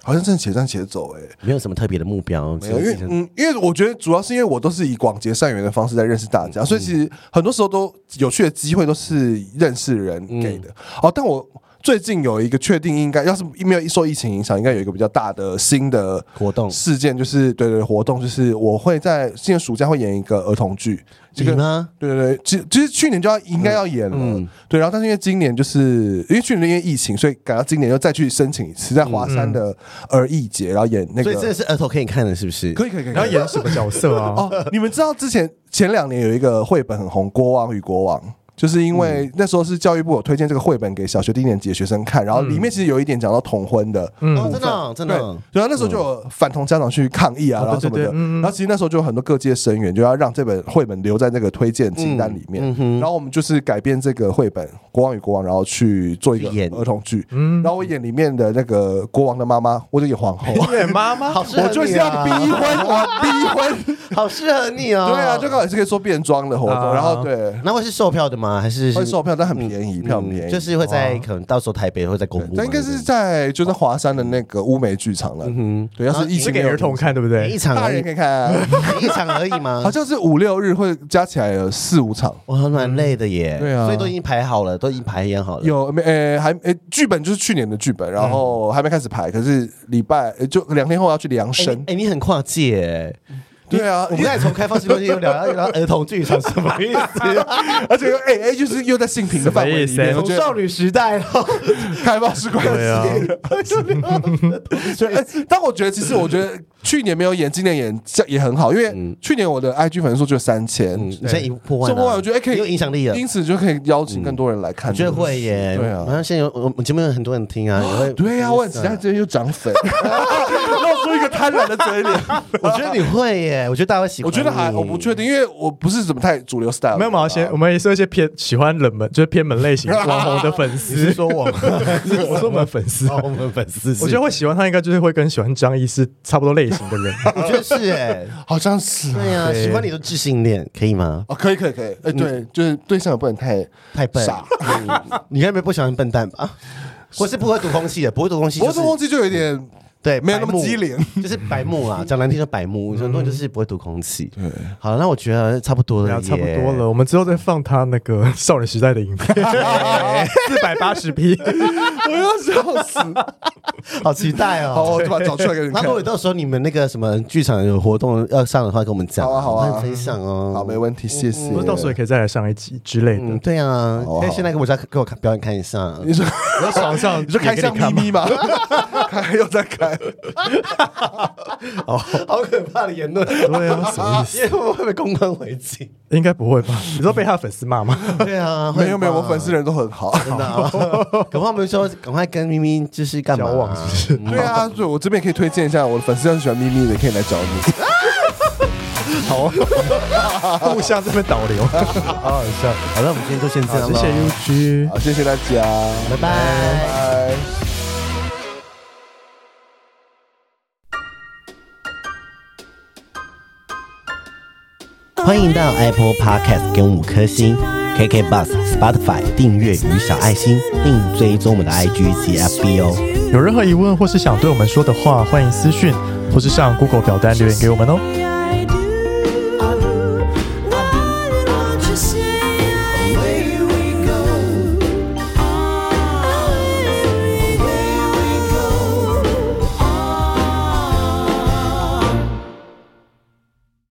[SPEAKER 3] 好像正且战且走哎、
[SPEAKER 2] 没有什么特别的目标，
[SPEAKER 3] 没有，因为
[SPEAKER 2] 只是
[SPEAKER 3] 嗯，因为我觉得主要是因为我都是以广结善缘的方式在认识大家，
[SPEAKER 2] 嗯
[SPEAKER 3] 所以其实很多时候都有趣的机会都是认识人给的。
[SPEAKER 2] 嗯
[SPEAKER 3] 哦，但我最近有一个确定，应该要是没有受疫情影响，应该有一个比较大的新的
[SPEAKER 2] 活动
[SPEAKER 3] 事件，就是对对对活动，就是我会在今年暑假会演一个儿童剧，这
[SPEAKER 2] 你嗯
[SPEAKER 3] 个
[SPEAKER 2] 呢？
[SPEAKER 3] 对对对，其其实去年就要应该要演了，对，然后但是因为今年就是因为去年因为疫情，所以赶到今年又再去申请一次，在华山的儿艺节，然后演那
[SPEAKER 2] 嗯所
[SPEAKER 3] 个
[SPEAKER 2] 以，这是额头可以看的，是不是？
[SPEAKER 3] 可以可以可以，
[SPEAKER 1] 然后演什么角色啊？
[SPEAKER 3] 哦，你们知道之前前两年有一个绘本很红，《国王与国王》。就是因为那时候是教育部有推荐这个绘本给小学低年级的学生看，然后里面其实有一点讲到同婚的，
[SPEAKER 2] 哦，真的哦、真的
[SPEAKER 3] 对
[SPEAKER 2] 哦、，
[SPEAKER 3] 然后那时候就有反同家长去抗议啊，然后什么
[SPEAKER 1] 对
[SPEAKER 3] 的
[SPEAKER 1] 对对嗯嗯。
[SPEAKER 3] 然后其实那时候就有很多各界声援，就要让这本绘本留在那个推荐清单里面。然后我们就是改编这个绘本《国王与国王》，然后去做一个
[SPEAKER 2] 去演
[SPEAKER 3] 儿童剧。然后我演里面的那个国王的妈妈，我就演皇后。
[SPEAKER 1] 对，妈妈，
[SPEAKER 2] 好适合你、
[SPEAKER 3] 我
[SPEAKER 2] 啊，
[SPEAKER 3] 就是要逼婚，我逼婚。
[SPEAKER 2] 好适合你哦。
[SPEAKER 3] 对啊，就刚好也是可以做变装的活动。
[SPEAKER 1] 啊
[SPEAKER 3] 然后对，
[SPEAKER 2] 那会是售票的吗？还是嗯
[SPEAKER 3] 会售票，但很便宜，票很便宜。哦
[SPEAKER 2] 就是会在可能到时候台北会在公布吗，
[SPEAKER 3] 但应该是在就在华山的那个乌梅剧场了。嗯，对，要是疫
[SPEAKER 1] 是
[SPEAKER 3] 情没
[SPEAKER 1] 给
[SPEAKER 3] 有
[SPEAKER 1] 儿童看，对不
[SPEAKER 2] 对一
[SPEAKER 1] 对？
[SPEAKER 2] 场
[SPEAKER 3] 大
[SPEAKER 2] 而
[SPEAKER 3] 人
[SPEAKER 2] 已
[SPEAKER 3] 可，以看啊。
[SPEAKER 2] 一场而已吗
[SPEAKER 3] 好？像是五六日会加起来有四五场，
[SPEAKER 2] 我还蛮累的耶，
[SPEAKER 3] 对啊
[SPEAKER 2] 所以都已经排好了，都已经排演好了。哎
[SPEAKER 3] 有没？呃，还呃，剧本就是去年的剧本，然后还没开始排，可是礼拜呃就两天后要去量
[SPEAKER 2] 哎
[SPEAKER 3] 身。
[SPEAKER 2] 哎，你很跨界 耶，
[SPEAKER 3] 对啊，
[SPEAKER 2] 我们刚才从开放式关系又聊到聊到儿童剧场， 什么意思？
[SPEAKER 3] 而且又哎哎，就是又在性平的范围里面，
[SPEAKER 1] 什么
[SPEAKER 3] 我
[SPEAKER 2] 从
[SPEAKER 3] 觉
[SPEAKER 2] 少
[SPEAKER 3] 得
[SPEAKER 2] 女时代哦，
[SPEAKER 3] 开放式关
[SPEAKER 1] 对啊
[SPEAKER 3] 系。
[SPEAKER 2] 啊
[SPEAKER 3] 所以，哎但我觉得其实我觉得去年没有演，今年演这样也很好，因为去年我的 IG 粉丝数就三千，
[SPEAKER 2] 嗯你现在已经破万
[SPEAKER 3] 这
[SPEAKER 2] 了，
[SPEAKER 3] 波我觉得哎可以
[SPEAKER 2] 有影响力了，
[SPEAKER 3] 因此就可以邀请更多人来看。
[SPEAKER 2] 我觉得会耶，嗯
[SPEAKER 3] 对啊
[SPEAKER 2] 好像现在有我们节目有很多人听啊，也会
[SPEAKER 3] 对呀，我很期待这又 涨粉，露出一个贪婪的嘴脸。
[SPEAKER 2] 我觉得你会耶，我觉得大家会喜欢
[SPEAKER 3] 我
[SPEAKER 2] 你。
[SPEAKER 3] 觉得还我不确定，因为我不是什么太主流 style。啊
[SPEAKER 1] 没有嘛？我们要先，我们也是有一些偏喜欢冷门，就是偏门类型网红的粉 丝。
[SPEAKER 2] 说我 吗？
[SPEAKER 1] 我说我们粉丝，
[SPEAKER 2] 哦我们粉丝是，
[SPEAKER 1] 我觉得会喜欢他，应该就是会跟喜欢张译是差不多类型的人。
[SPEAKER 2] 我觉得是 哎，
[SPEAKER 3] 好像是
[SPEAKER 2] 对呀，
[SPEAKER 1] 对
[SPEAKER 2] 喜欢你的自信恋可以吗？
[SPEAKER 3] 哦，可以可以可以，哎，
[SPEAKER 2] 嗯
[SPEAKER 3] 对，就是对象也不能太
[SPEAKER 2] 太笨
[SPEAKER 3] 傻，
[SPEAKER 2] 嗯你该不会不喜欢笨蛋吧？或是不会读空气的，不会读空气、就
[SPEAKER 3] 我
[SPEAKER 2] 是，
[SPEAKER 3] 这忘记就有点
[SPEAKER 2] 对，
[SPEAKER 3] 没有那么
[SPEAKER 2] 白目
[SPEAKER 3] 机灵，
[SPEAKER 2] 就是白目啦。讲难听就白目，很多人就是不会读空气。对，好了，那我觉得差不多
[SPEAKER 1] 对
[SPEAKER 2] 了
[SPEAKER 1] 啊，
[SPEAKER 2] 耶，
[SPEAKER 1] 差不多了。我们之后再放他那个 少女时代的影 片，四百八十 P。
[SPEAKER 3] 我要笑死。
[SPEAKER 2] 好期待
[SPEAKER 3] 好，
[SPEAKER 2] 哦。
[SPEAKER 3] 我就把它找出来给你们
[SPEAKER 2] 那
[SPEAKER 3] 看
[SPEAKER 2] 如。果到时候你们那个什么剧场有活动要上的话，跟我们讲，
[SPEAKER 3] 好啊好啊
[SPEAKER 2] 我们分享哦。
[SPEAKER 3] 好，没问题，谢谢
[SPEAKER 1] 不。是到时候也可以再来上一集之类
[SPEAKER 2] 嗯，
[SPEAKER 1] 的。
[SPEAKER 2] 对啊
[SPEAKER 3] 好啊，
[SPEAKER 2] 可以先来给我家 给我看表演看一下。
[SPEAKER 3] 你说
[SPEAKER 1] 床上
[SPEAKER 3] 你说开箱咪咪吗？开又在开， 来。
[SPEAKER 2] 好可怕的言论，
[SPEAKER 1] 对啊，什么意思？
[SPEAKER 2] 因为我会被公关回击。
[SPEAKER 1] 应该不会吧？你说被他的粉丝骂吗？
[SPEAKER 2] 对啊，
[SPEAKER 3] 没有没有，我 粉
[SPEAKER 2] 粉
[SPEAKER 3] 丝人都很好。
[SPEAKER 2] 真的啊，搞不好我们说赶快跟咪咪就是干嘛
[SPEAKER 1] 交往是不是
[SPEAKER 2] 嗯
[SPEAKER 3] 对啊，所以我这边可以推荐一下，我的粉丝要是喜欢咪咪的，可以来找你。
[SPEAKER 1] 好，互相这边导流，好好笑。
[SPEAKER 2] 好了，我们今天就先这样
[SPEAKER 1] 好，
[SPEAKER 2] 了，
[SPEAKER 1] 谢谢 UG。
[SPEAKER 3] 好，谢谢大家，
[SPEAKER 2] 拜拜。
[SPEAKER 3] 拜。
[SPEAKER 2] 欢迎到 Apple Podcast 给我们五颗星，KK Bus、Spotify 订阅与小爱心，并追踪我们的 IG 及 FB 哦。
[SPEAKER 1] 有任何疑问或是想对我们说的话，欢迎私讯或是上 Google 表单留言给我们哦。
[SPEAKER 4] I